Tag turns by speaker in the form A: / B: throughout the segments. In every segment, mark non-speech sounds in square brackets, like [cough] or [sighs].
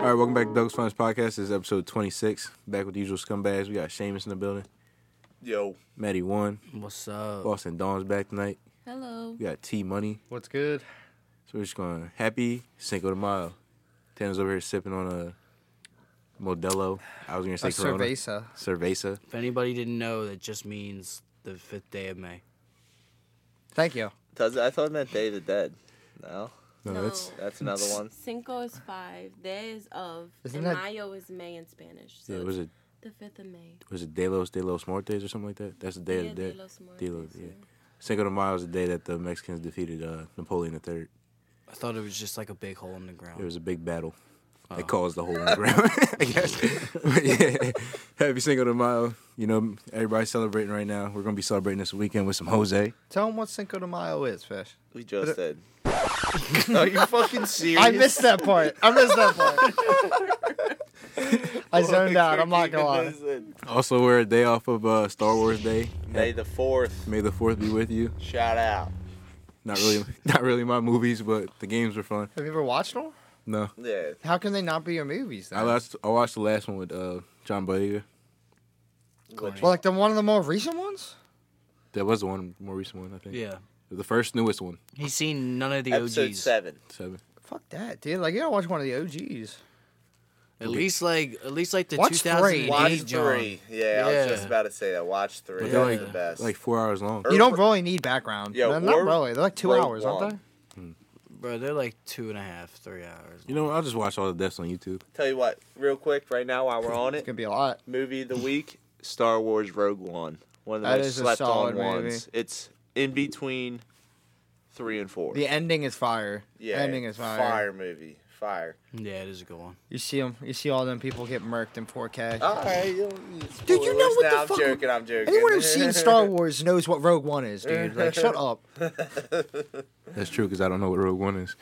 A: All right, welcome back to Doug's Finest Podcast. This is episode 26. Back with the usual scumbags. We got Seamus in the building.
B: Yo,
A: Maddie One.
C: What's up?
A: Boston Dawn's back tonight.
D: Hello.
A: We got T Money.
E: What's good?
A: So we're just going to happy Cinco de Mayo. Tanner's over here sipping on a Modelo. I was going
E: A
A: to say Corona.
E: cerveza.
A: Cerveza.
C: if anybody didn't know, that just means the fifth day of May.
E: Thank you.
B: does I thought it meant Day of the Dead. No,
A: No, that's
B: that's another [laughs] one.
D: Cinco is five. Day is of. and
E: Isn't that-
D: Mayo is May in Spanish. So
A: yeah,
D: it's
A: was it
D: the fifth of May.
A: was it De los De los Muertes or something like that? That's the day
D: yeah,
A: of the dead.
D: De los Muertos,
A: De los- yeah. Cinco de Mayo is the day that the Mexicans defeated uh, Napoleon III.
C: I thought it was just like a big hole in the ground.
A: It was a big battle. It caused the whole ground, [laughs] I guess. But yeah, happy Cinco de Mayo. You know, everybody's celebrating right now. We're gonna be celebrating this weekend with some Jose.
E: Tell them what Cinco de Mayo is, Fish.
B: We just
E: But
B: did. [laughs] Are you fucking serious?
E: I missed that part. I missed that
B: [laughs]
E: part. I zoned out. I'm not going to
B: to
A: Also, we're a day off of uh, Star Wars Day.
B: May the fourth.
A: May the Fourth be with you.
B: Shout out.
A: Not really, [laughs] not really my movies, but the games were fun.
E: Have you ever watched them?
A: No,
B: Yeah,
E: How can they not be your movies,
A: I
E: then?
A: watched, I watched the last one with uh, John Boyega.
E: well, like the one of the more recent ones?
A: That was the one, more recent one, I think.
C: Yeah.
A: the first newest one,
C: He's seen none of the
B: episode
C: OGs.
B: seven.
A: seven.
E: Fuck that, dude. Like, you gotta watch one of the OGs.
C: At least like at least like the
E: Watch three.
C: 2008
E: Watch
B: Watch
C: John.
B: three. Yeah, I was just
C: Yeah.
B: about to say that. Watch three.
A: But
C: Yeah.
A: they're
B: That's
A: like
B: the best.
A: like four hours long.
B: Or-
E: You don't really need background.
B: Yeah,
E: No, not
B: or
E: really. They're like two
B: Rogue
E: hours, aren't
B: One.
E: they?
C: Bro, they're like two and a half, three hours.
A: You know, I'll just watch all the deaths on YouTube.
B: Tell you what, real quick, right now while we're on
E: It's
B: it, [laughs]
E: gonna be a lot.
B: movie of the week: Star Wars Rogue One. One of the
E: That
B: most
E: is a
B: slept-on
E: solid
B: ones.
E: movie.
B: It's in between three and four.
E: The ending is fire.
B: yeah,
E: ending is fire.
B: Fire movie. Fire.
C: Yeah, it is a good one.
E: You see them. You see all them people get murked in 4K.
B: All right, you
E: Dude, you know what the
B: I'm
E: fuck-
B: joking. I'm joking.
E: Anyone who's
B: [laughs]
E: seen Star Wars knows what Rogue One is, dude. Like, shut up.
A: That's true because I don't know what Rogue One is.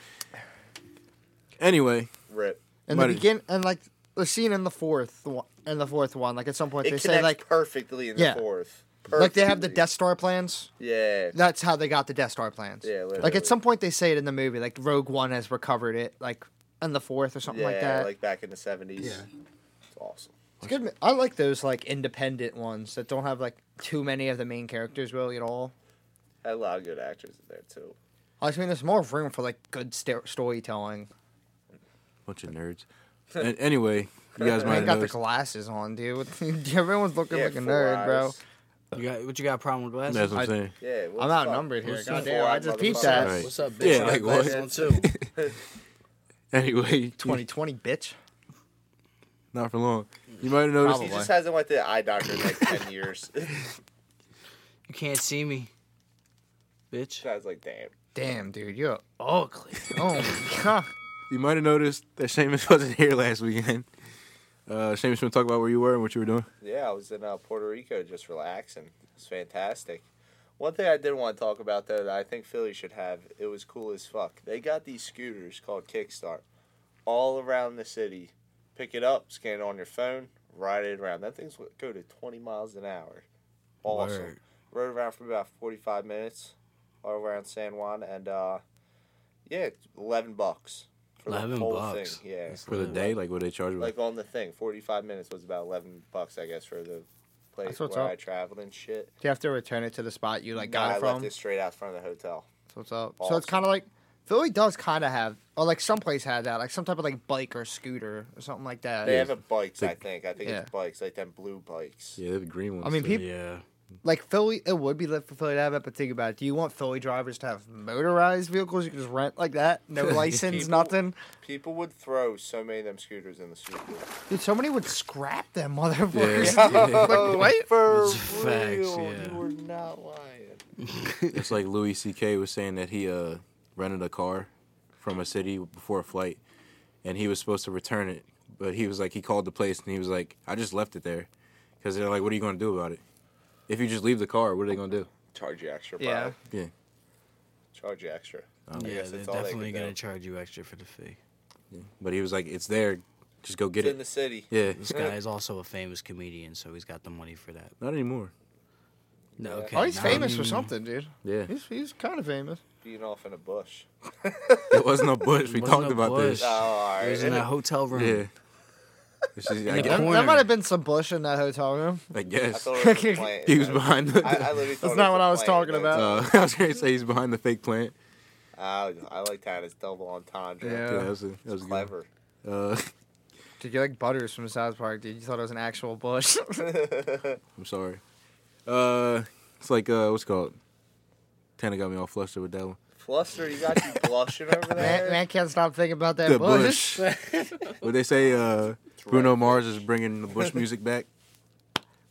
A: Anyway,
B: Rip.
E: In
A: Buddy.
E: the begin and like the scene in the fourth one, in the fourth one, like at some point
B: It
E: they
B: connects
E: say like
B: perfectly in
E: Yeah.
B: the fourth.
E: like they have the
B: Perfectly.
E: Death Star plans.
B: Yeah.
E: That's how they got the Death Star plans.
B: Yeah, literally.
E: Like at some point they say it in the movie, like Rogue One has recovered it, like in the fourth or something
B: yeah,
E: like that.
B: back in the seventies. It's awesome.
E: it's good. I like those like independent ones that don't have like too many of the main characters really at all.
B: Had a lot of good actors in there too.
E: I just mean there's more room for like good st- storytelling.
A: bunch of nerds.
E: [laughs]
A: An- anyway, you guys
E: I
A: might
E: ain't got the
A: have know.
E: glasses on, dude. [laughs] Everyone's looking
B: Yeah,
E: like a
B: four
E: nerd, bro.
B: eyes.
C: You got what you got a problem with glasses?
A: That's what I'm
E: I-
A: saying.
B: Yeah. what
E: I'm
B: the fuck?
E: outnumbered here.
C: What's
E: Goddamn,
B: four-eyed
E: I just peeped
B: motherfucker?
E: that.
A: Alright.
C: What's up, bitch?
A: Yeah,
C: I got
A: like,
C: glasses
A: what?
C: on too.
A: Anyway, [laughs]
E: [laughs] 2020, bitch.
A: not for long. You might have noticed.
B: He
E: Probably.
B: just hasn't went to the eye doctor in like ten
E: [laughs]
B: years. [laughs]
C: you can't see me, bitch.
B: I was like, damn.
E: Damn, dude, you're ugly.
B: [laughs]
E: Oh my god.
A: You might have noticed that Seamus [laughs] wasn't here last weekend. Uh, Seamus, want to talk about where you were and what you were doing?
B: Yeah, I was in uh, Puerto Rico just relaxing. It's fantastic. One thing I did want to talk about though that I think Philly should have, it was cool as fuck. They got these scooters called Kickstart all around the city. Pick it up, scan it on your phone, ride it around. That thing's what- go to 20 miles an hour. Awesome.
C: Word.
B: Rode around for about 45 minutes all around San Juan and uh yeah, it's 11 bucks for the
C: Eleven
B: whole
C: bucks.
B: thing. Yeah.
A: For the day, like what they charged
B: Like on the thing, forty five minutes was about eleven bucks, I guess, for the place
E: That's what's
B: where
E: up.
B: I traveled and shit.
E: Do you have to return it to the spot you like got
B: Nah,
E: it
B: I
E: from?
B: left it straight out front of the hotel.
E: So what's up? So
B: Awesome.
E: it's kind of like Philly does kind of have, or like someplace had that, like some type of like bike or scooter or something like that.
B: They have bikes, I
A: Like-
B: think. I think
E: Yeah.
B: it's bikes, like them blue bikes.
A: Yeah, they have the green ones.
E: I mean,
A: too.
E: people-
C: Yeah.
E: Like Philly, it would be lit for Philly to have it, but think about it. Do you want Philly drivers to have motorized vehicles you can just rent like that?
C: [laughs]
E: No license,
B: People-
E: nothing.
B: People would throw so many of them scooters in the street. [laughs]
E: Dude, somebody would scrap them [laughs] motherfuckers.
B: like,
E: wait.
B: for
C: It's facts,
B: real,
C: yeah.
B: you were not lying.
A: It's like Louis C.K. was saying that he uh, rented a car from a city before a flight, and he was supposed to return it, but he was like he called the place and he was like, "I just left it there," because they're like, "What are you gonna do about it? If you just leave the car, what are they gonna do?"
B: Charge you extra, bro.
E: Yeah.
A: Yeah,
B: Charge you extra. I
C: Yeah,
B: guess
C: they're
B: that's all they
C: definitely
B: could do.
C: gonna charge you extra for the fee.
A: but he was like, "It's there, just go get
B: It's in
A: it."
B: the city.
A: yeah,
C: This guy is also a famous comedian, so he's got the money for that.
A: not anymore.
C: No, [laughs] okay.
E: Oh, he's
C: now
E: famous
C: I'm-
E: for something, dude.
A: Yeah,
E: He's he's kind of famous.
B: Being off in a bush.
A: it wasn't a bush. We
C: Wasn't
A: talked
C: a
A: about
B: Oh,
A: this.
C: bush.
B: all
C: He
B: right.
C: was in a hotel room.
A: Yeah, It's just- I
C: the
A: guess.
E: That,
C: corner.
E: that might have been some bush in that hotel room.
A: I
B: I
A: guess.
B: thought it was a plant.
A: He was behind the.
B: I, I literally thought it
E: not what I was
B: a plant,
E: talking
B: but-
E: about.
A: uh, [laughs] I was gonna say he's behind the fake plant.
B: I, I like that. It's double entendre.
E: Yeah.
A: Yeah, that was a, that was a good one.
B: Clever.
A: Uh,
E: Dude, you're like Butters from South Park, dude. You thought it was an actual bush. [laughs]
A: I'm sorry. Uh, it's like uh, what's it called? Kind of got me all flustered with that one.
B: [laughs] Fluster, you got you blushing over
E: man,
B: there.
E: man can't stop thinking about that
A: The
E: bush.
A: bush.
E: [laughs]
A: what they say? Uh, Bruno Mars is bringing the bush music back.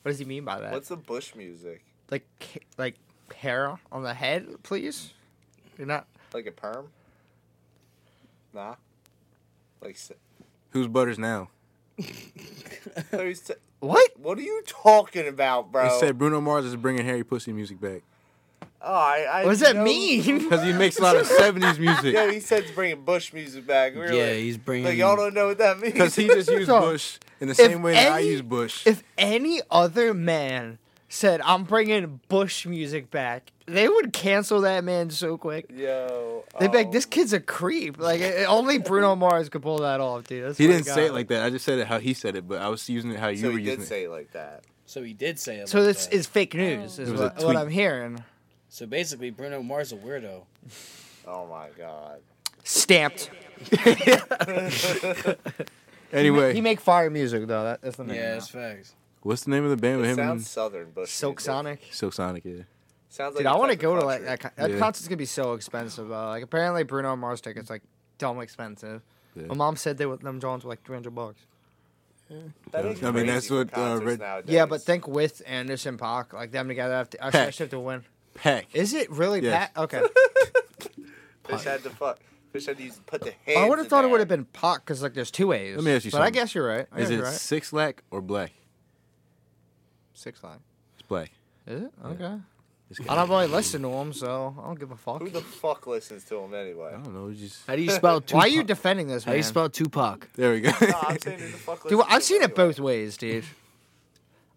E: What does he mean by that?
B: What's the bush music?
E: Like ca- like hair on the head, please? You're not.
B: Like a perm? Nah. Like, s-
A: Who's butters now?
B: who's t-
E: What?
B: what are you talking about, bro?
A: They said Bruno Mars is bringing Harry Pussy music back
B: oh, I, I
E: What does that
B: know-
E: mean?
A: because he makes a lot
E: [laughs]
A: of '70s
B: [laughs] Yeah,
A: music.
B: he said he's bringing bush music back. We were
C: Yeah,
B: like,
C: he's bringing.
B: like, y'all don't know what that means.
A: Because he just used
E: So,
A: bush in the same way that I
E: any-
A: use bush.
E: If any other man said, I'm bringing bush music back, they would cancel that man so quick.
B: [laughs] Yo.
E: They'd be
B: oh.
E: like, this kid's a creep. Like, it- it- only Bruno Mars could pull that off, dude. I
A: He
E: swear to
A: didn't say
E: Oh God.
A: it like that. I just said it how he said it, but I was using it how you
B: So
A: were
B: he did
A: using it.
B: say it like that.
F: So he did say it.
E: So
F: like
E: this
F: that.
E: is fake news, is
A: Oh. It was a
E: what, what
A: tweet.
E: I'm hearing.
F: So basically, Bruno Mars a weirdo.
B: Oh my
A: [laughs]
B: god.
E: Stamped.
A: Anyway,
E: He make fire music though. That, that's the name.
F: Yeah,
E: Yeah,
F: that's facts.
A: what's the name of the band with
B: It
A: him
B: sounds
A: and
B: southern bush.
E: Silk
B: music.
E: Sonic.
A: Silk Sonic? Yeah.
B: Sounds like
E: Dude,
B: a
E: I want to
B: type of
E: go to like
B: country.
E: that. Con- that
A: Yeah.
E: concert's gonna be so expensive though. Like apparently Bruno Mars tickets like dumb expensive.
A: Yeah.
E: My mom said they were them Johns were like three hundred bucks.
B: That
A: Yeah.
B: is
A: I mean,
B: crazy
A: that's
B: for
A: what, uh,
B: concerts
A: Red-
B: nowadays.
E: Yeah, but think with Anderson Park like them together. I have to, I should- I
A: Peck.
E: should have to win.
A: Peck.
E: Is it really
A: Yes.
E: Pat?
B: [laughs]
E: Okay.
B: Fish had to fuck. Fish had to use, put the hands.
E: I would
B: in
E: have thought it
B: there.
E: would have been Pac because like there's two A's.
A: Let me ask you
E: But I
A: something.
E: guess you're right. I
A: Is
E: guess
A: it
E: you're right.
A: Six Lack or Black?
E: Six line?
A: It's Black.
E: Is it okay?
A: It's
E: I don't really listen to him, so I don't give a fuck.
B: Who the fuck listens to him anyway?
A: I don't know. it's Just
C: How do you spell Tupac?
E: [laughs] Why are you defending this?
C: How
E: Man?
C: do you spell Tupac?
A: there
B: [laughs]
A: we go.
B: No, I'm saying who the fuck
E: [laughs] Dude,
B: listens
E: I've
B: to
E: seen
B: him
E: it both ways, dude.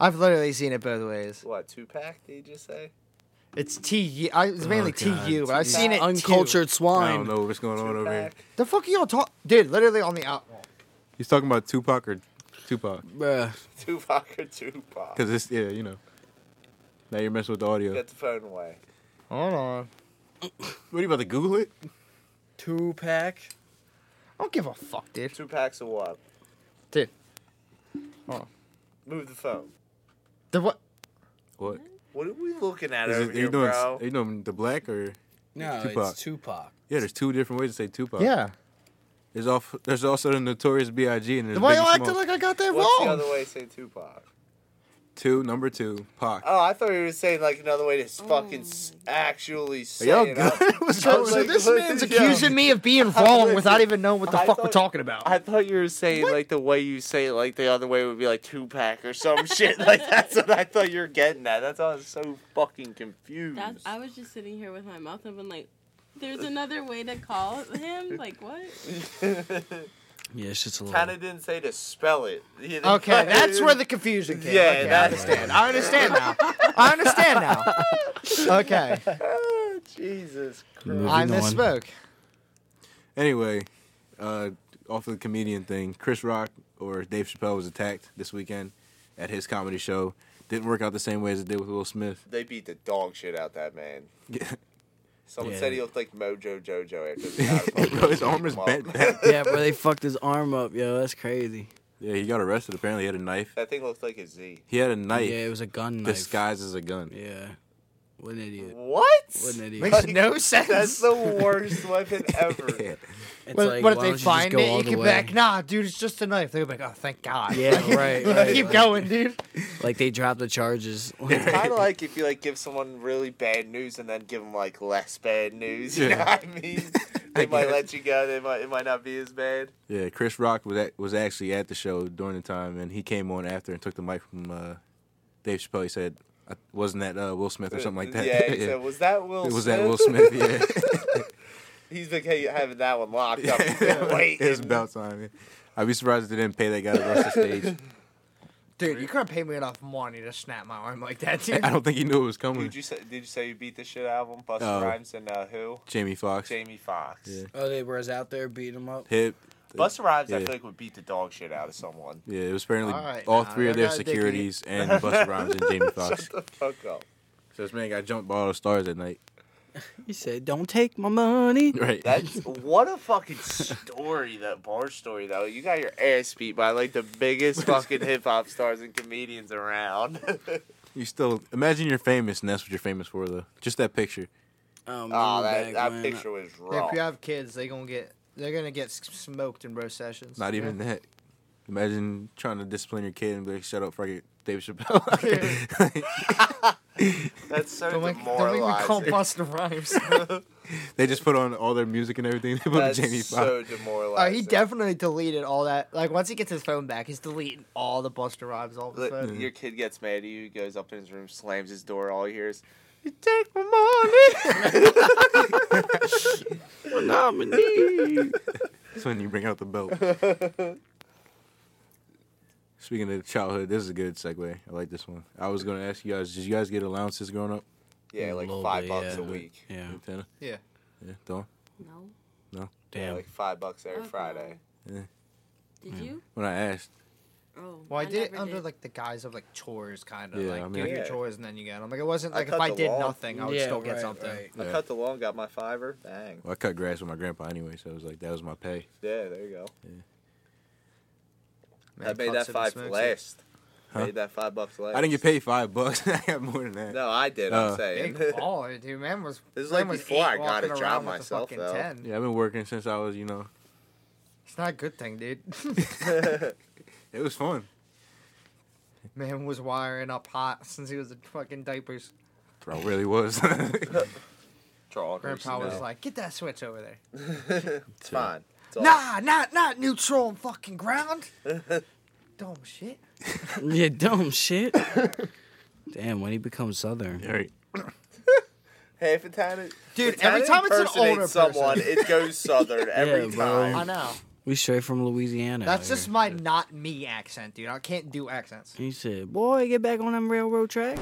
E: I've literally seen it both ways.
B: anyway? What two pack? Did you just say?
E: It's T. I, Oh, it's mainly
C: Oh, God.
E: TU, but I've seen it. Too.
A: [laughs]
C: Uncultured
A: I
C: swine.
A: don't know what's going on over here.
B: Tupac.
E: The fuck are y'all talk, dude? Literally on the out.
A: He's talking about Tupac or Tupac
C: Bruh.
B: Tupac [laughs] or Tupac?
A: because it's yeah, you know. Now you're messing with the audio.
B: Get the phone away.
E: Hold on.
A: What are you about to Google it?
F: Two pack.
E: I don't give a fuck, dude.
B: Two packs of what?
E: Dude,
B: Move the phone.
E: the what?
A: What?
B: What are we looking at
A: Is it,
B: over
A: are
B: here,
A: you doing?
B: bro?
A: Are you doing the black or?
F: No,
A: Tupac.
F: it's Tupac.
A: Yeah, there's two different ways to say Tupac.
E: Yeah.
A: There's off. There's also the Notorious B.I.G. and there's
E: Why
A: Biggie
E: y'all acting
A: Smalls.
E: like I got that
B: What's the
E: wrong?
B: other way to say Tupac?
A: two number two Pac. [laughs]
B: Oh, I thought you were saying like another way to s- fucking s-
E: Oh.
B: actually say
A: y'all
B: it.
A: good?
B: I-
A: What's
E: So,
A: wrong
E: so
A: with
E: this
B: Like,
E: man's
B: yeah.
E: accusing me of being wrong without
B: Listen,
E: even knowing what the
B: I
E: fuck we're
B: thought-
E: talking about.
B: I thought you were saying like the way you say it, like the other way would be like two pack or some [laughs] shit. Like that's what I thought you were getting at. That's why I was so fucking confused. [laughs]
D: That's, I was just sitting here with my mouth open, like, there's another way to call him. Like what?
C: Yeah, it's just a
B: kind
C: little.
B: of didn't say to spell it. [laughs]
E: Okay, that's where the confusion came.
B: Yeah,
E: okay, I
B: that's-
E: understand. I understand now. I understand now.
B: [laughs]
E: Okay,
B: [laughs] Ah, Jesus Christ.
E: I
C: Moving on.
E: misspoke.
A: Anyway, uh, off of the comedian thing, Chris Rock or Dave Chappelle was attacked this weekend at his comedy show. Didn't work out the same way as it did with Will Smith. [laughs]
B: They beat the dog shit out that man.
E: [laughs]
B: Someone
C: Yeah.
B: said he looked like Mojo Jojo after
E: [laughs]
B: the guy
A: Bro, his arm is bent
B: [laughs]
A: back.
C: yeah, bro, they fucked his arm up, yo. That's crazy.
A: Yeah, he got arrested. Apparently, he had a knife.
B: That thing looked like a Z.
A: He had a
C: Yeah,
A: knife
C: it was a gun knife.
A: disguised as a gun.
C: Yeah. What an idiot.
B: What? [laughs]
C: What an idiot.
E: Makes no
B: That's
E: sense.
B: the worst weapon ever.
A: [laughs]
E: [laughs]
A: Yeah.
C: It's
E: But,
C: like,
E: but if
C: why
E: they
C: don't you just
E: find
C: go
E: it,
C: all the
E: you can be
C: way?
E: like, nah, dude, it's just a knife. They're [laughs] like, oh, thank God.
C: Yeah, right. right.
E: Keep
C: Like-
E: going, dude.
C: Like they dropped the
E: [laughs]
C: charges.
A: [laughs]
B: kind of like if you like give someone really bad news and then give them like less bad news. You know
A: Yeah.
B: what I mean?
A: [laughs]
B: They
A: I
B: might
A: guess.
B: let you go. They might. It might not be as bad.
A: Yeah, Chris Rock was at, was actually at the show during the time, and he came on after and took the mic from uh, Dave Chappelle. He said, I- "Wasn't that uh, Will Smith or something like that?" [laughs]
B: Yeah. He said, "Was that Will?
A: it was
B: Smith?
A: that Will Smith. Yeah,
B: He's been hey, having that one locked up. He's
A: [laughs]
B: been [laughs]
A: yeah.
B: waiting.
A: [laughs] it's about time. yeah. I'd be surprised if they didn't pay that guy to rush the stage.
E: Dude, you couldn't pay me enough money to snap my arm like that,
A: [laughs]
E: dude.
A: I don't think he knew it was coming.
B: Did you say? Did you say you beat the shit out of him? Busta
A: Oh.
B: Rhymes and uh, who?
A: Jamie Foxx.
B: Jamie Foxx.
A: Yeah.
F: Oh, they were out there beating them up.
A: Hip.
B: Busta Rhymes, I
A: Yeah.
B: feel like would beat the dog shit out of someone. [laughs]
A: Yeah, it was apparently all,
E: All right, now,
A: three of
E: they're
A: their
E: not dicky.
A: securities and Busta Rhymes and Jamie Foxx.
B: Shut the fuck up.
A: So this man got jumped by all the stars that night. [laughs]
C: He said, "Don't take my money."
A: Right.
B: That's
E: [laughs]
B: what a fucking story. That bar story, though. You got your ass beat by like the
E: [laughs]
B: biggest fucking hip hop stars and comedians around. [laughs]
A: you still imagine you're famous, and that's what you're famous for, though. Just that picture.
C: Um,
B: oh,
C: back
B: that, that
C: when-
B: picture was raw.
E: if you have kids, they gonna get they're gonna get s- smoked in roast sessions.
A: Not even that. Imagine trying to discipline your kid and be like, "Shut up, fucking Dave [laughs] Chappelle."
B: That's so
E: Don't make, don't
B: demoralizing.
E: make me
B: [laughs]
E: call Busta
A: [laughs]
E: Rhymes.
A: they just put on all their music and everything. [laughs] They put
B: That's
A: Jamie Foxx.
B: so demoralizing.
E: Uh, he definitely deleted all that. Like once he gets his phone back, he's deleting all the Busta Rhymes all of a
B: Look,
E: sudden.
B: Your kid gets mad at you, goes up in his room, slams his door, all he hears, [laughs] You take my money!
A: That's when you bring out the belt. Speaking of childhood, this is a good segue. I like this one. I was going to ask you guys: Did you guys get allowances growing up?
B: yeah,
C: A
B: like
C: little
B: five
C: bit,
B: bucks
C: yeah.
B: a week.
C: [laughs] Yeah,
A: Montana?
E: Yeah.
A: Yeah. Dawn?
D: No.
B: Yeah,
C: damn.
B: like five bucks every
D: Okay.
B: Friday.
D: Did you?
A: When I asked,
D: Oh.
E: [laughs] Well, I, did it
D: never
E: under like the guise of like chores, kind of
A: Yeah,
E: like
A: I mean,
E: do
A: I
E: your
B: could-
E: chores and then you get them. Like it wasn't
B: I
E: like if
B: cut
E: I
B: the
E: did
B: wall.
E: nothing, I would
F: Yeah,
E: still get
F: right,
E: something.
F: right.
B: I
A: Yeah.
B: cut the lawn, got my fiver. Bang.
A: well, I cut grass with my grandpa anyway, so it was like that was my pay.
B: Yeah, there you go.
E: Man,
B: I made
E: fuck
B: that
E: sitting
B: five
E: smokes.
B: last.
A: Huh?
B: Made that five bucks last.
A: I didn't get paid five bucks. [laughs] I got more than that.
B: No, I did. I'm
A: Uh,
B: saying. [laughs]
E: Big baller, dude. Man was
B: This is
E: man
B: like
E: was
B: before I
E: eight
B: got
E: walking
B: a job
E: around with a
B: myself,
E: fucking
B: though.
E: 10.
A: Yeah, I've been working since I was, you know,
E: It's not a good thing, dude. [laughs]
A: it was fun.
E: man was wiring up hot since he was a fucking diapers.
A: I really
B: [laughs]
A: was. [laughs]
B: Draw
E: Grandpa was like, "Get that switch over there."
B: it's fine. It's all-
E: Nah, not not neutral and
B: [laughs]
E: fucking ground. Dumb shit.
C: [laughs] Yeah, dumb shit. Damn, when he becomes southern.
A: All right.
B: Half the time, it,
E: Dude,
B: the time
E: every
B: it
E: time it's an older
B: impersonates someone,
E: person.
B: it goes southern every
C: bro.
B: time.
E: I know.
C: We straight from Louisiana.
E: That's
C: out
E: just
C: here.
E: my not me accent, dude. I can't do accents.
C: He said, "Boy, get back on them railroad track."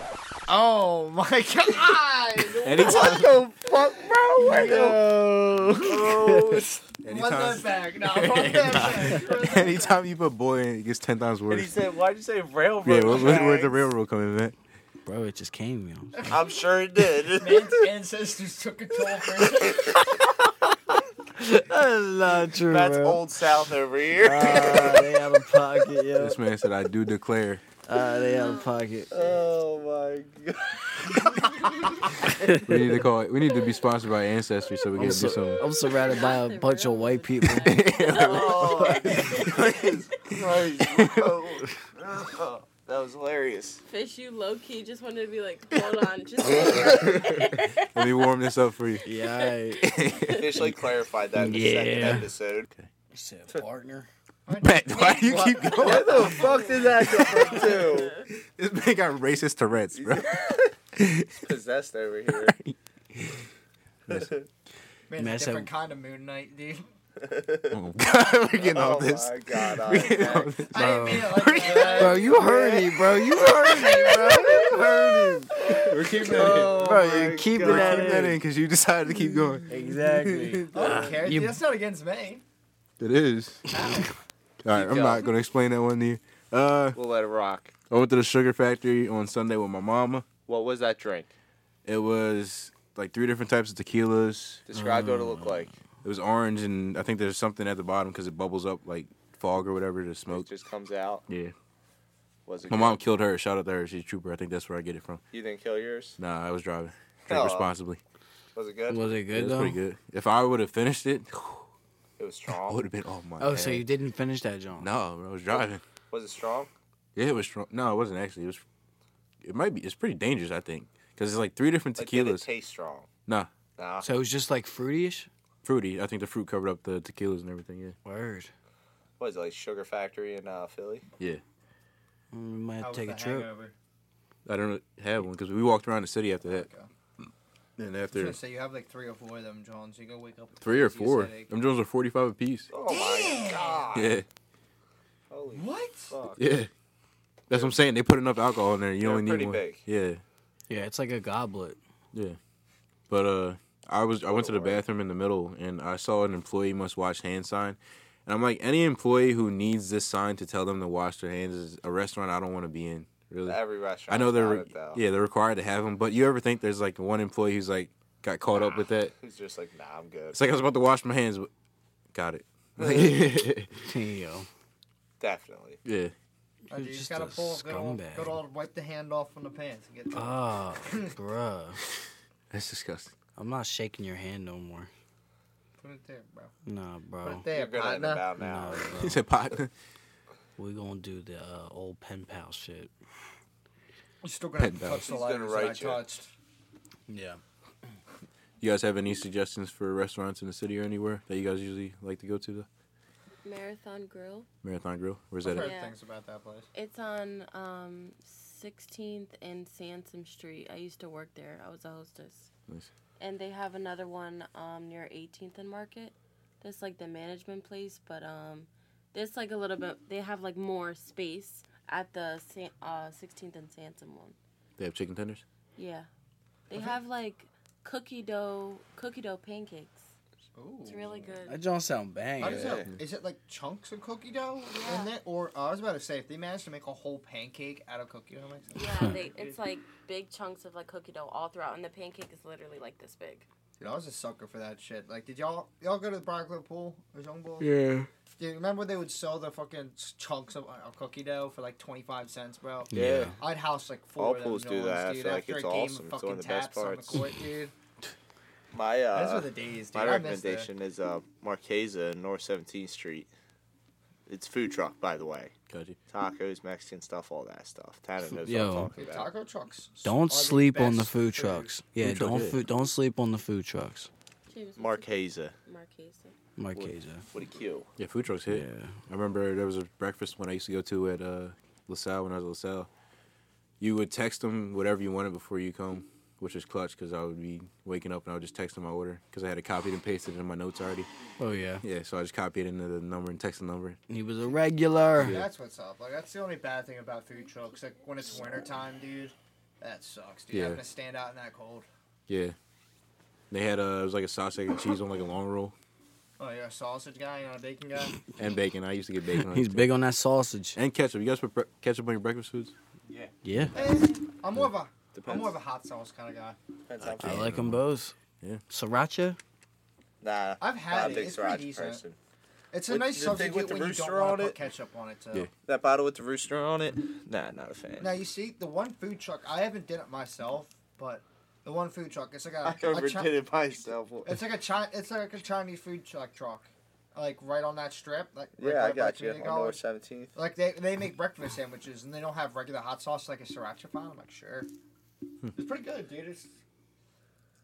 E: Oh my [laughs] god!
B: [laughs]
A: Anytime,
B: the fuck, [laughs] bro? Where
E: Oh, one
A: anytime,
E: that
B: [laughs]
E: back. No, one that
A: [laughs]
E: back.
A: anytime you put boy in, it gets ten times
B: And he
A: worse.
B: said, "Why'd you say railroad?"
A: Yeah, where, where, where'd the
B: tracks?"
A: railroad come in, man?
C: Bro, it just
B: [laughs]
C: came, yo. [laughs]
B: I'm sure it did.
E: Man's ancestors took control first.
C: That's not true.
B: [laughs]
C: Ah,
B: That's
C: [laughs]
B: old South over here.
C: they out of pocket, yo.
A: This man said, "I do declare."
C: Ah, they out of pocket.
B: [laughs] oh my god.
A: [laughs] We need to call it. We need to be sponsored by Ancestry so we can
C: I'm,
A: do
C: so-
A: something.
C: I'm surrounded by a
D: They're
C: bunch of
D: real.
C: white people.
A: [laughs]
B: Oh my Christ, bro. [laughs] That was hilarious.
D: Fish, you low key just wanted to be like, hold on,
E: [laughs]
D: just.
A: Let me warm this up for you.
C: yeah.
B: Officially clarified that in the second
C: Yeah.
B: episode.
F: said partner.
A: Matt, why do you keep going?
B: Where the fuck did that come from, too?
A: This man got racist Tourette's,
C: [laughs]
A: bro. [laughs]
B: [laughs] Possessed over here.
E: Man's
C: Man
E: a
C: said-
E: different kind of Moon Knight, dude.
A: Oh, God, we're getting
B: oh
A: off this.
B: my god.
A: We're getting
B: I'm
A: off this.
E: [laughs] I didn't mean it
B: [laughs]
E: like that.
C: Bro, you heard it, bro. You heard it, bro. You heard it.
A: We're keeping that
B: Oh
C: Bro, you keep
A: in.
C: it
A: We're
C: that
A: keeping that
C: in.
A: in because you decided to keep going.
C: Exactly.
E: I don't care.
C: You-
E: dude. That's not against me.
A: It is. All right, I'm not gonna explain that one to you. Uh,
B: we'll let it rock.
A: I went to the sugar factory on Sunday with my mama.
B: What was that drink?
A: It was like three different types of tequilas.
B: Describe what it
A: Uh,
B: looked like.
A: It was orange, and I think there's something at the bottom because it bubbles up like fog or whatever to
B: It
A: smoke.
B: just comes out.
A: Yeah.
B: Was it
A: My
B: good?
A: mom killed her. Shout out to her. She's a trooper. I think that's where I get it from.
B: You didn't kill yours?
A: Nah, I was driving.
B: Aw.
E: uh,
A: Drink responsibly.
B: Was it good?
C: Was it
A: It
C: good
A: was
C: though?
A: pretty good. If I would have finished it, [sighs]
B: It was
A: I would
B: strong.
A: have been oh my.
C: Oh, so
A: God.
C: you didn't finish that, John?
A: No, I was driving.
B: Was it strong?
A: Yeah, it was strong. No, it wasn't actually. It was. It might be. It's pretty dangerous. I think because it's like three different
B: Like, did it
A: tequilas.
B: taste strong?
A: nah,
B: Nah.
C: So it was just like fruityish.
A: fruity. I think the fruit covered up the tequilas and everything. Yeah.
C: Word.
B: What is it, like Sugar Factory in uh, Philly?
A: Yeah.
C: We might have to take a trip.
A: I don't have one because we walked around the city after that.
E: Okay.
A: And
E: I was
A: after
E: gonna say you have like three or four of them, John. So you Oh, gonna wake up with the
A: three or
E: craziest
A: four,
E: headache.
A: them drones are forty-five apiece.
B: Oh my god.
A: Yeah,
B: Holy
E: What?
B: fuck.
A: yeah. That's what I'm saying. They put enough alcohol in there. You
B: They're
A: only need
B: pretty
A: one.
B: big.
A: Yeah,
C: Yeah, it's like a goblet. [laughs]
A: yeah. But uh, I was I went to the
B: Lord.
A: bathroom in the middle and I saw an employee must wash hand sign, and I'm like, any employee who needs this sign to tell them to wash their hands is a restaurant I don't want to be in. Really,
B: Every restaurant.
A: I know they're
B: it, though.
A: yeah they're required to have them. But you ever think there's like one employee who's like got caught up with that?
B: Who's just like, nah, I'm good.
A: It's like I was about to wash my hands. But got
B: [laughs]
A: it.
C: Yo,
B: Definitely.
A: [laughs] yeah.
E: Oh, You
C: You're
E: just
C: just
E: gotta
C: a
E: pull, good old,
C: scumbag.
E: good old, wipe the hand off from the pants and get. to it.
C: oh,
F: [laughs]
C: bruh,
A: That's disgusting. [laughs]
C: I'm not shaking your hand no more.
E: [laughs] Put it there, bro.
C: Nah,
E: Put
C: bro.
E: it there,
B: You're good at
E: partner.
B: about now.
C: Nah,
A: He
C: bro.
A: said partner.
C: We gonna do the uh, old pen pal shit.
E: You're still gonna
A: Pet
E: have to
A: down.
E: touch the
B: He's gonna
E: lighters that I
B: write you.
E: touched.
C: Yeah.
A: You guys have any suggestions for restaurants in the city or anywhere that you guys usually like to go to? The
D: Marathon Grill.
A: Marathon Grill. Where's
E: I've
A: that at?
E: heard
D: Yeah.
E: things about that place.
D: It's on um, 16th and Sansom Street. I used to work there. I was a hostess.
A: Nice.
D: And they have another one um, near 18th and Market. That's like the management place, but um, there's like a little bit. They have like more space at the San, uh, 16th and Sansom one.
A: They have chicken tenders.
D: Yeah, they have like cookie dough cookie dough pancakes.
E: Ooh.
D: It's really good.
F: That don't sound
E: How
F: banging.
E: does that, is it like chunks of cookie dough
D: Yeah.
E: in it? Or oh, I was about to say, if they managed to make a whole pancake out of cookie dough, it makes sense.
D: Yeah, they, it's like big chunks of like cookie dough all throughout, and the pancake is literally like this big.
E: Dude, I was a sucker for that shit. Like, did y'all y'all go to the Brockwood Pool or Zone Bowl?
A: Yeah.
E: Dude, remember they would sell the fucking s- chunks of, uh, cookie dough for like twenty five cents, bro?
C: Yeah.
E: I'd house like four
B: All
E: of
B: pools
E: those
B: do
E: ones,
B: that. I
E: dude.
B: feel like
E: after
B: it's
E: a game
B: awesome.
E: of
B: It's
E: fucking
B: one of the best
E: taps on the
B: parts.
E: court,
B: [laughs]
E: dude.
B: My
E: Those were
B: uh,
E: the days, dude.
B: my
E: I missed it.
B: recommendation is uh, Marquesa in North 17th Street. It's food truck, by the way.
A: Got you.
B: Tacos, Mexican stuff, all that stuff. Tanner knows
C: Yo.
B: what I'm talking
E: Dude,
B: about.
E: taco trucks. are
C: Don't
E: the
C: sleep on the
E: best
C: food trucks. Yeah,
A: Food truck,
C: don't
A: yeah.
C: food, don't sleep on the food trucks.
B: Marquesa
D: Marquesa.
C: Marquesa.
B: with a Q.
A: Yeah, food trucks
C: uh, Yeah.
A: hit. I remember there was a breakfast one I used to go to at uh, LaSalle when I was at LaSalle. You would text them whatever you wanted before you come, which was clutch because I would be waking up and I would just text them my order because I had it copied and pasted in my notes already.
C: Oh yeah.
A: Yeah, so I just copied into the number and text the number.
C: He was a regular.
E: That's what's up. Like that's the only bad thing about food trucks. Like when it's wintertime, dude, that sucks, dude.
A: Yeah.
E: Having to stand out in that cold.
A: Yeah. They had uh, it was like a sausage egg and cheese on like a long roll
E: Oh, you're a sausage guy, you're not a bacon guy.
B: [laughs]
A: and bacon. I used to get bacon. on
C: He's
A: it, too.
C: big on that sausage.
A: And ketchup. You guys put bre- ketchup on your breakfast foods?
C: Yeah.
E: Eh, I'm more of a I'm
B: Depends.
E: more of a hot sauce kind of guy.
B: Depends on
C: I
B: food.
C: like them both.
A: Yeah.
C: Sriracha.
B: Nah,
E: I've had
B: not a
E: it.
B: big
E: It's pretty
B: sriracha
E: decent.
B: person.
E: It's a
B: With
E: nice
B: the thing with
E: substitute
B: the
E: when you don't
B: rooster
E: want
B: on
E: to put
B: it?
E: ketchup on it. Too.
A: Yeah.
B: That bottle with the rooster on it? Nah, not a fan.
E: Now you see the one food truck. I haven't did it myself, but the one food truck. It's like
B: [laughs]
E: a,
B: I
E: a
B: overdid
E: Chi-
B: it myself.
E: It's like a chi- It's like a Chinese food truck truck, like right on that strip. Like right
B: Yeah, I
E: right by
B: got you. On
E: community
B: November 17th.
E: college. Like they, they make breakfast sandwiches and they don't have regular hot sauce like a sriracha file. I'm like sure.
B: Hmm.
E: It's pretty good, dude. It's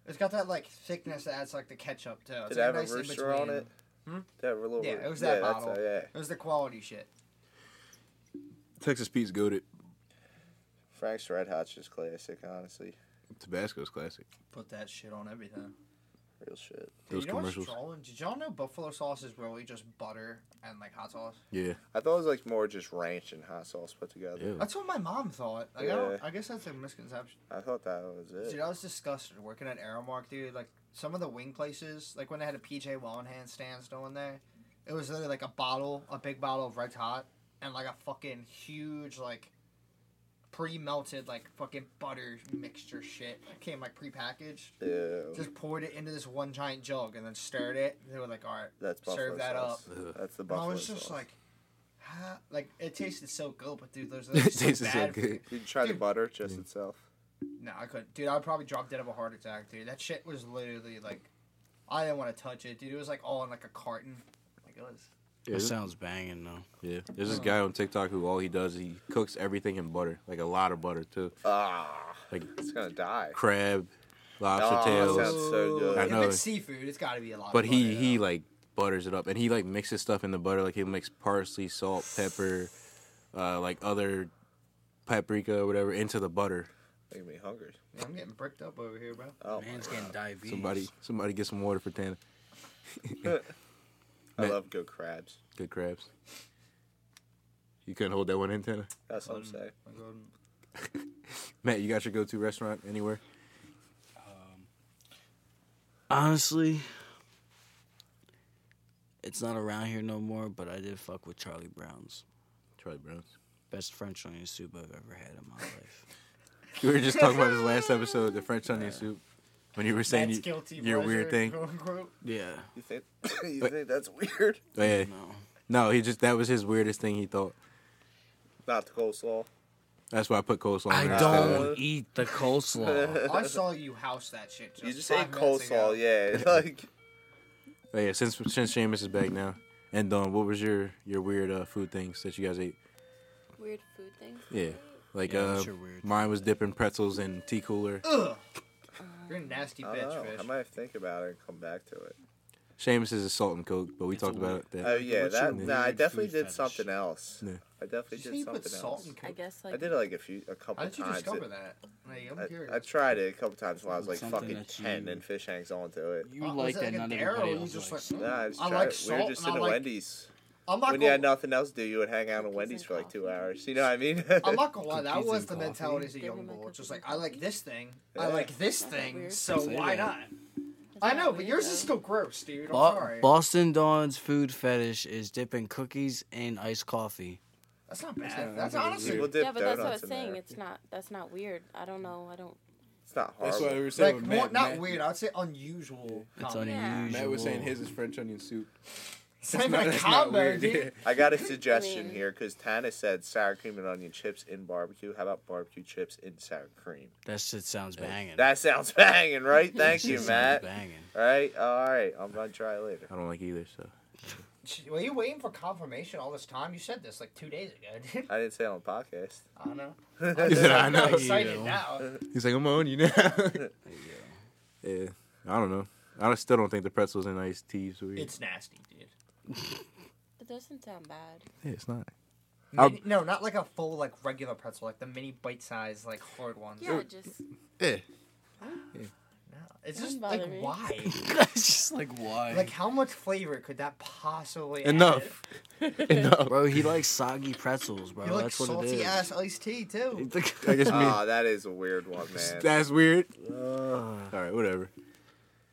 E: it's got that like thickness that adds like the ketchup too. It's
B: Did
E: like
B: I have a
E: nice in
B: rooster on
E: between.
B: it? Did I have a little
E: Yeah, it was that
B: that's
E: bottle.
B: a- yeah.
E: It was the quality shit.
A: Texas Pete's goaded.
B: Frank's Red Hot's just classic, honestly.
A: Tabasco's classic.
E: Put that shit on everything.
B: Real shit.
A: Those
E: you know what's
A: commercials.
E: trolling? Did y'all know buffalo sauce is really just butter and like hot sauce?
A: [laughs] Yeah.
B: I thought it was like more just ranch and hot sauce put together.
A: Ew.
E: That's what my mom thought. Like, I,
B: Yeah.
E: don't, I guess that's a misconception.
B: I thought that was it.
E: Dude, I was disgusted working at Aramark, dude. Like some of the wing places, like when they had a PJ Hand stand still in there, it was literally like a bottle, a big bottle of Red Hot, and like a fucking huge like pre-melted like fucking butter mixture shit. It came like pre-packaged.
B: Ew.
E: Just poured it into this one giant jug and then stirred it. They were like, all right,
B: That's buffalo
E: serve that
B: sauce.
E: up.
A: Ugh.
B: That's the
E: And I
B: buffalo
E: was just
B: sauce.
E: like, huh? like it tasted so good, but
A: [laughs]
E: dude, those
A: It
E: those are so
A: tasted so
E: bad. for
A: good.
E: you.
B: Did you try the
E: Dude.
B: butter just
F: Mm.
B: itself?
E: No, I couldn't, dude. I would probably drop dead of a heart attack, dude. That shit was literally like, I didn't want to touch it, dude. It was like all in like a carton. Like it was.
C: That sounds banging though.
A: Yeah, there's this guy on TikTok who all he does he cooks everything in butter, like a lot of butter too,
B: Ah,
A: like
B: it's gonna die.
A: crab, lobster
B: Oh,
A: tails.
B: that sounds so good.
A: I know.
E: If it's seafood, it's got to be a lot.
A: But
E: of
A: he
E: butter,
A: he
E: though.
A: like butters it up, and he like mixes stuff in the butter, like he'll mix parsley, salt, pepper, uh, like other paprika or whatever into the butter.
B: Making me hungry.
E: I'm getting bricked up over here, bro.
B: Oh, my
F: Man's
B: God.
F: getting diabetes.
A: Somebody somebody get some water for Tana.
B: I
A: Man.
B: love good crabs.
A: Good crabs. You couldn't hold that one antenna.
B: That's what I'm saying.
E: I couldn't.
A: Matt, you got your go-to restaurant anywhere?
C: Honestly, it's not around here no more, but I did fuck with Charlie Brown's.
A: Charlie Brown's.
C: Best French onion soup I've ever had in my life.
A: We were just talking about this last episode, the French onion soup. When you were saying
E: That's
A: you,
E: guilty
A: your weird
E: pleasure, [laughs]
A: thing.
E: quote,
B: [laughs]
E: unquote.
C: Yeah.
B: You think you think that's weird?
A: Oh, yeah.
C: No.
A: No, he just that was his weirdest thing he thought.
B: Not the coleslaw.
A: That's why I put coleslaw.
C: I
A: on there.
C: don't eat the
E: [laughs]
C: coleslaw.
E: I saw you house that shit. Just
B: You just
E: five
B: ate
E: minutes ago.
F: [laughs]
B: coleslaw, yeah. Like
A: Oh, yeah, since since Seamus is back now, and um, what was your your weird uh, food things that you guys ate?
D: Weird food things.
A: Yeah, like
C: Yeah,
A: uh,
C: what's your weird
A: mine was dipping pretzels in tea cooler.
E: Ugh. You're a nasty
B: I
E: bitch,
B: don't know.
E: fish.
B: I might think about it and come back to it.
A: Seamus is a salt and coke, but we talked about it. That,
B: Oh yeah,
F: what's
B: that
F: your
B: nah, I
F: weird
B: definitely
F: food
B: did
F: fetish?
B: something else.
A: Yeah.
B: I definitely
E: Did you
B: did
E: say you put
B: something
E: salt
B: else.
E: in
D: I
E: coke?
D: guess like
B: I did it like a few a couple
E: How did you
B: times.
E: discover
B: It-
E: that? Like, I'm
B: I, I
E: curious.
B: tried it a couple times when I was like
F: Something
B: fucking
F: that
B: ten,
F: you-
B: and fish hangs on to it.
F: You
E: Uh,
F: like
E: was it
F: that
E: like
F: none
E: an
F: of
E: arrow or
F: everybody
E: you
F: else
E: just
F: likes.
E: like-
B: Nah, I, just
E: I
B: tried it.
E: like
B: we were
E: salt
B: just
E: and
B: in
E: I
B: a
E: like-
B: Wendy's.
E: I'm not
B: When you
E: gonna,
B: had nothing else to do, you would hang out at
D: Cookies
B: Wendy's
D: and
B: for like two
D: coffee.
B: hours. You know what I mean?
E: I'm not gonna lie. That
F: Cookies
E: was
F: and
E: the
F: coffee.
E: mentality as a
D: They were
E: young
D: my
E: boy. It's
D: cookies
E: Just like
D: and
E: I like
D: coffee.
E: this thing. I
B: Yeah.
E: like this
D: That's not
E: thing.
D: weird.
E: So
F: Say
E: why
F: that.
E: not?
D: That's
E: I
D: not
E: know, but
D: weird,
E: yours
D: though.
E: is still gross, dude. I'm
C: Bo-
E: sorry.
C: Boston Dawn's food fetish is dipping cookies in iced coffee.
E: That's not bad. That's
F: not
B: [laughs]
E: honestly
B: People
E: like
B: dip
D: yeah, but that's what I was
B: donuts in
D: saying.
B: there.
D: It's not. That's not weird. I don't know. I don't.
B: It's not hard.
A: were
E: more, not weird. I would say unusual.
C: It's
E: combo.
D: Yeah.
C: unusual.
A: is French onion soup.
E: It's not even a combo, dude.
B: I got a suggestion
D: mean-
B: here because Tana said sour cream and onion chips in barbecue. How about barbecue chips in sour cream?
C: That shit sounds banging.
B: That sounds [laughs] banging, right? Thank
C: Shit
B: you, Matt.
C: sounds Banging.
F: [laughs]
C: [laughs]
B: All right, all right. I'm gonna try it later.
A: [laughs] I don't like either. So
E: Were you waiting for confirmation all this time? You said this like two days ago, dude. [laughs]
B: I didn't say it on the podcast.
E: I don't [laughs] know.
A: He said, "I
E: I'm
A: know."
E: excited
C: You.
E: now. [laughs]
A: he's like, I'm on [laughs] you now. yeah, I don't know. I still don't think the pretzels and iced teas were.
E: It's nasty, dude.
D: It doesn't sound bad.
A: yeah, it's not. I'll-
E: Mini, no, not like a full like regular pretzel, like the mini bite size like hard ones.
D: Yeah,
B: [laughs]
D: just
A: [laughs] Yeah,
E: No, it's
D: Doesn't
E: just like
D: bother me.
E: why?
D: [laughs]
C: That's just like why.
E: like how much flavor could that possibly? add?
A: enough, [laughs] enough.
C: bro, he likes soggy pretzels, bro.
E: You like
C: That's what it
E: salty
C: is.
E: ass iced tea too.
A: [laughs] I guess me.
B: Ah, that is a weird one, man.
A: That's weird. All right, whatever.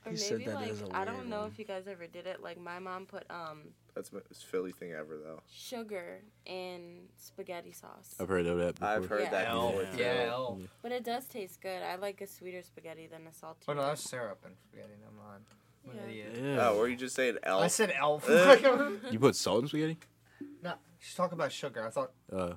D: or
C: He said
D: maybe
C: that
D: like
C: is a
D: I
C: weird
D: don't know
C: one.
D: if you guys ever did it. Like my mom put um
B: That's the most Philly thing ever, though.
D: sugar in spaghetti sauce,
B: Oh.
A: I've heard of that before.
B: I've heard that
D: Yeah.
B: before
C: Yeah.
B: too.
E: Yeah.
D: but it does taste good. I like a sweeter spaghetti than a salty.
E: Oh no, that's syrup and forgetting. Never mind. I'm an
D: Yeah.
E: idiot.
C: Yeah.
B: Oh, were you just saying elf?
E: I said elf.
B: Ugh.
A: You put salt in spaghetti?
E: [laughs] no, she's talking about sugar. I thought
A: Uh,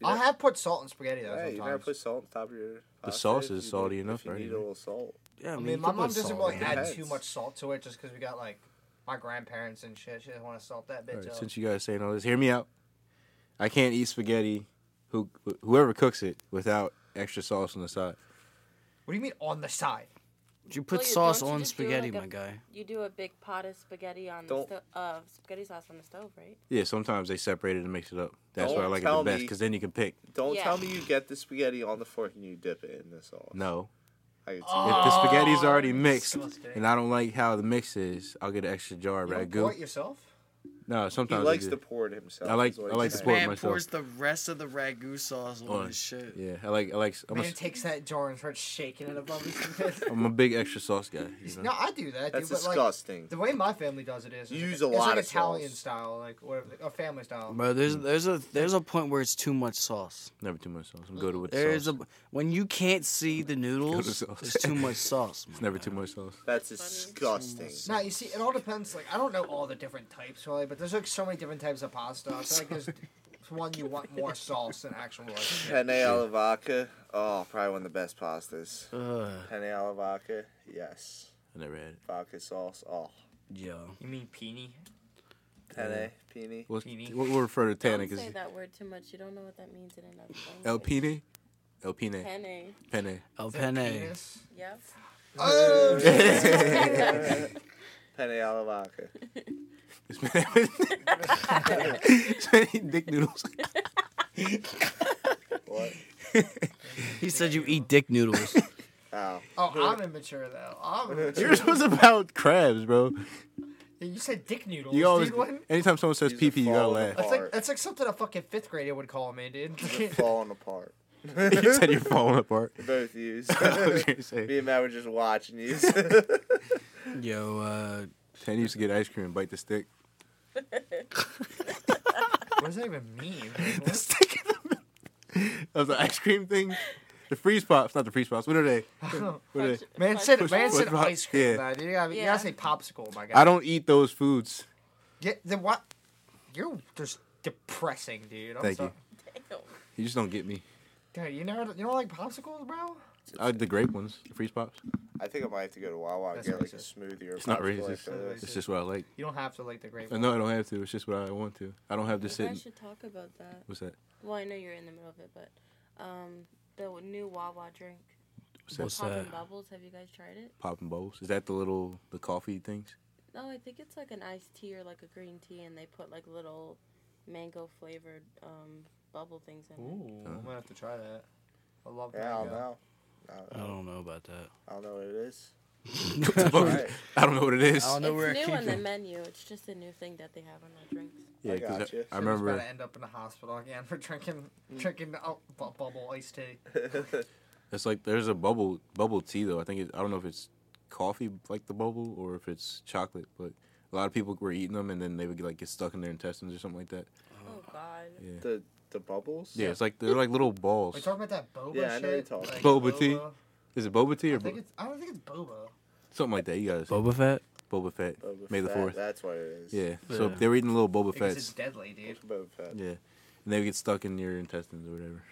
B: You
E: I
B: know-
E: have put salt in spaghetti though.
B: Hey, you never
E: sometimes.
B: put salt on top of your. pasta
A: sauce
B: if
A: is
B: you
A: salty
B: need-
A: enough,
B: if you
A: right?
B: Need a little salt.
C: yeah,
E: I
C: you
E: mean,
C: could
E: my
C: put
E: mom doesn't
C: salt
E: really
C: in it.
E: add
B: Depends.
E: too much salt to it, just because we got like my grandparents and shit. She doesn't want to salt that
A: all
E: bitch
A: right,
E: up.
A: since you guys saying all this, hear me out. I can't eat spaghetti, who whoever cooks it, without extra sauce on the side.
E: What do you mean on the side?
C: You put
D: Well, you-
C: sauce
D: don't you
C: on
D: just do it
C: spaghetti,
D: like
C: my
D: a-
C: guy.
D: You do a big pot of spaghetti on
B: Don't-
D: the sto- uh, spaghetti sauce on the stove, right?
A: Yeah, sometimes they separate it and mix it up. That's why I
B: Don't
A: like it the
B: tell
A: best,
B: me-
A: because then you can pick.
B: Don't
D: Yeah.
B: tell me you get the spaghetti on the fork and you dip it in the sauce.
A: No,
B: I can see
E: Oh.
A: if the spaghetti's already mixed
E: disgusting.
A: and I don't like how the mix is, I'll get an extra jar of
E: You don't pour it
A: ragu.
E: yourself?
A: No,
B: He
A: sometimes I
B: likes
A: do.
B: to pour it himself.
A: I like-
B: is what
A: I
B: he's
A: like to
B: saying.
A: pour it myself.
F: the rest of the ragu sauce on,
A: On.
F: shit.
A: Yeah, I like I like. I'm a,
E: Man takes that jar and starts shaking it above
B: [laughs]
E: his head.
A: I'm a big extra sauce guy. you know?
E: No, I do that,
B: That's
E: dude. But like
B: disgusting.
E: the way my family does it is, is
B: Use
E: it's
B: a lot
E: like
B: of
E: Italian
B: sauce.
E: style, like whatever, a family style.
C: Bro, there's there's a there's a point where it's too much sauce.
A: Never too much sauce. I'm good with
C: There's
A: sauce.
C: a when you can't see the noodles,
A: sauce.
C: it's too much sauce.
A: It's never too much sauce.
B: That's
D: That's funny.
B: disgusting.
E: Now you see, it all depends. Like I don't know all the different types really, but there's like so many different types of pasta. I feel
B: [laughs]
E: like there's one you want more sauce than actual. Like, shit.
B: Penne alla vodka. Oh, probably one of the best pastas.
C: Ugh,
B: Penne alla vodka. Yes.
A: I never had it.
B: Vodka sauce. Oh.
C: yo.
E: You mean peony?
B: Penne. Pini.
A: We'll,
E: Pini.
A: we'll we'll refer to Tana
D: don't say
A: because
D: that word too much. You don't know what that means in another language.
A: El Pine, El Pine,
D: Penne.
A: Penne.
C: El
E: Is that
C: penne.
E: penis?
D: Yep.
E: Oh,
D: [laughs]
B: Penne alla
A: [laughs]
B: vodka.
A: It's [laughs] been- so many dick
D: [laughs]
A: noodles.
B: What?
C: He said you eat dick noodles.
B: Oh.
E: [laughs]
B: [laughs]
E: oh, I'm immature though. I'm immature.
A: Yours was about crabs, bro.
E: You said dick noodles.
A: You always,
E: dude, when-
A: anytime someone says
B: He's a
A: PP, you gotta
B: fall
A: laugh.
E: That's
B: Or-
E: like that's like something a fucking fifth grader would call me, dude.
B: They're
E: [laughs]
B: falling apart.
A: [laughs] you said you're falling apart. [laughs]
B: Both yous.
A: I was gonna say.
B: [laughs] Me and Matt were just watching you.
A: [laughs]
C: Yo, uh,
A: Ten used to get ice cream and bite the stick. [laughs]
E: what does that even
B: [laughs]
E: mean? Like,
A: The
E: what-
A: stick in the middle of the ice cream thing. The freeze pops, not the freeze pops. What are they? What are they?
E: man said
A: Push-
E: man said
A: push rock-
E: ice cream.
A: yeah.
E: nah, dude. You gotta, you
D: Yeah.
E: gotta say popsicle, my guy.
A: I don't eat those foods.
E: Yeah, then what? You're just depressing, dude. I'm
A: Thank
E: sorry.
A: You just don't get me.
E: you. Dude, you never you don't like popsicles, bro?
A: I like the grape ones, the freeze pops.
B: I think I might have to go to Wawa and
E: That's
B: get like a
E: racist.
B: smoothie or
A: It's not
B: popsicle
A: racist.
B: after this.
A: It's just what I like.
E: You don't have to like the grape.
A: I know I don't have to. It's just what I want to. I don't have to
D: You
A: sit.
D: guys
A: and-
D: should talk about that.
A: What's that?
D: Well, I know you're in the middle of it, but um, the new Wawa drink,
A: What's that?
C: What's-
D: Pop and
C: that?
D: Bubbles. Have you guys tried it?
A: Popping bubbles. Is that the little the coffee things? [laughs]
D: No, I think it's like an iced tea or like a green tea, and they put like little mango flavored um, bubble things in it.
E: Ooh, I'm gonna have to try that. I love
B: Yeah, I don't
E: mango.
B: know. I
C: I
A: Oh.
B: don't know.
C: don't know about that.
B: I don't know what it is.
A: Alright. I don't know what it is.
F: I don't know where it
D: It's new
F: came
D: on the
F: from.
D: menu. It's just a new thing that they have on the drinks.
A: Yeah, 'cause
B: gotcha.
A: I, I
E: Shit was
A: remember.
E: about to end up in the hospital again for drinking
B: Mm.
E: drinking oh, bu- bubble iced tea.
A: It's like there's a bubble bubble tea though. I think it, I don't know if it's coffee like the bubble or if it's chocolate, but a lot of people were eating them and then they would like get stuck in their intestines or something like that.
D: Oh God.
A: Yeah,
B: The the bubbles?
A: yeah. It's like they're like little
E: Are you
A: balls.
E: talking about that boba
B: Yeah, I
E: shit?
B: know you're talking
E: Like,
A: Boba tea? Is it boba tea
E: I
A: or
E: think
A: bo-
E: it's. I don't think it's boba.
A: something like that? You guys,
C: [laughs] Boba Fett?
A: Boba Fett,
B: Boba
A: May the
B: Fett,
A: Fourth.
B: That's what it is.
A: Yeah. So
C: Yeah.
A: they were eating little Boba
E: Because it's
A: Fetts.
E: deadly, dude.
B: Boba Fett.
A: Yeah, and they would get stuck in your intestines or whatever.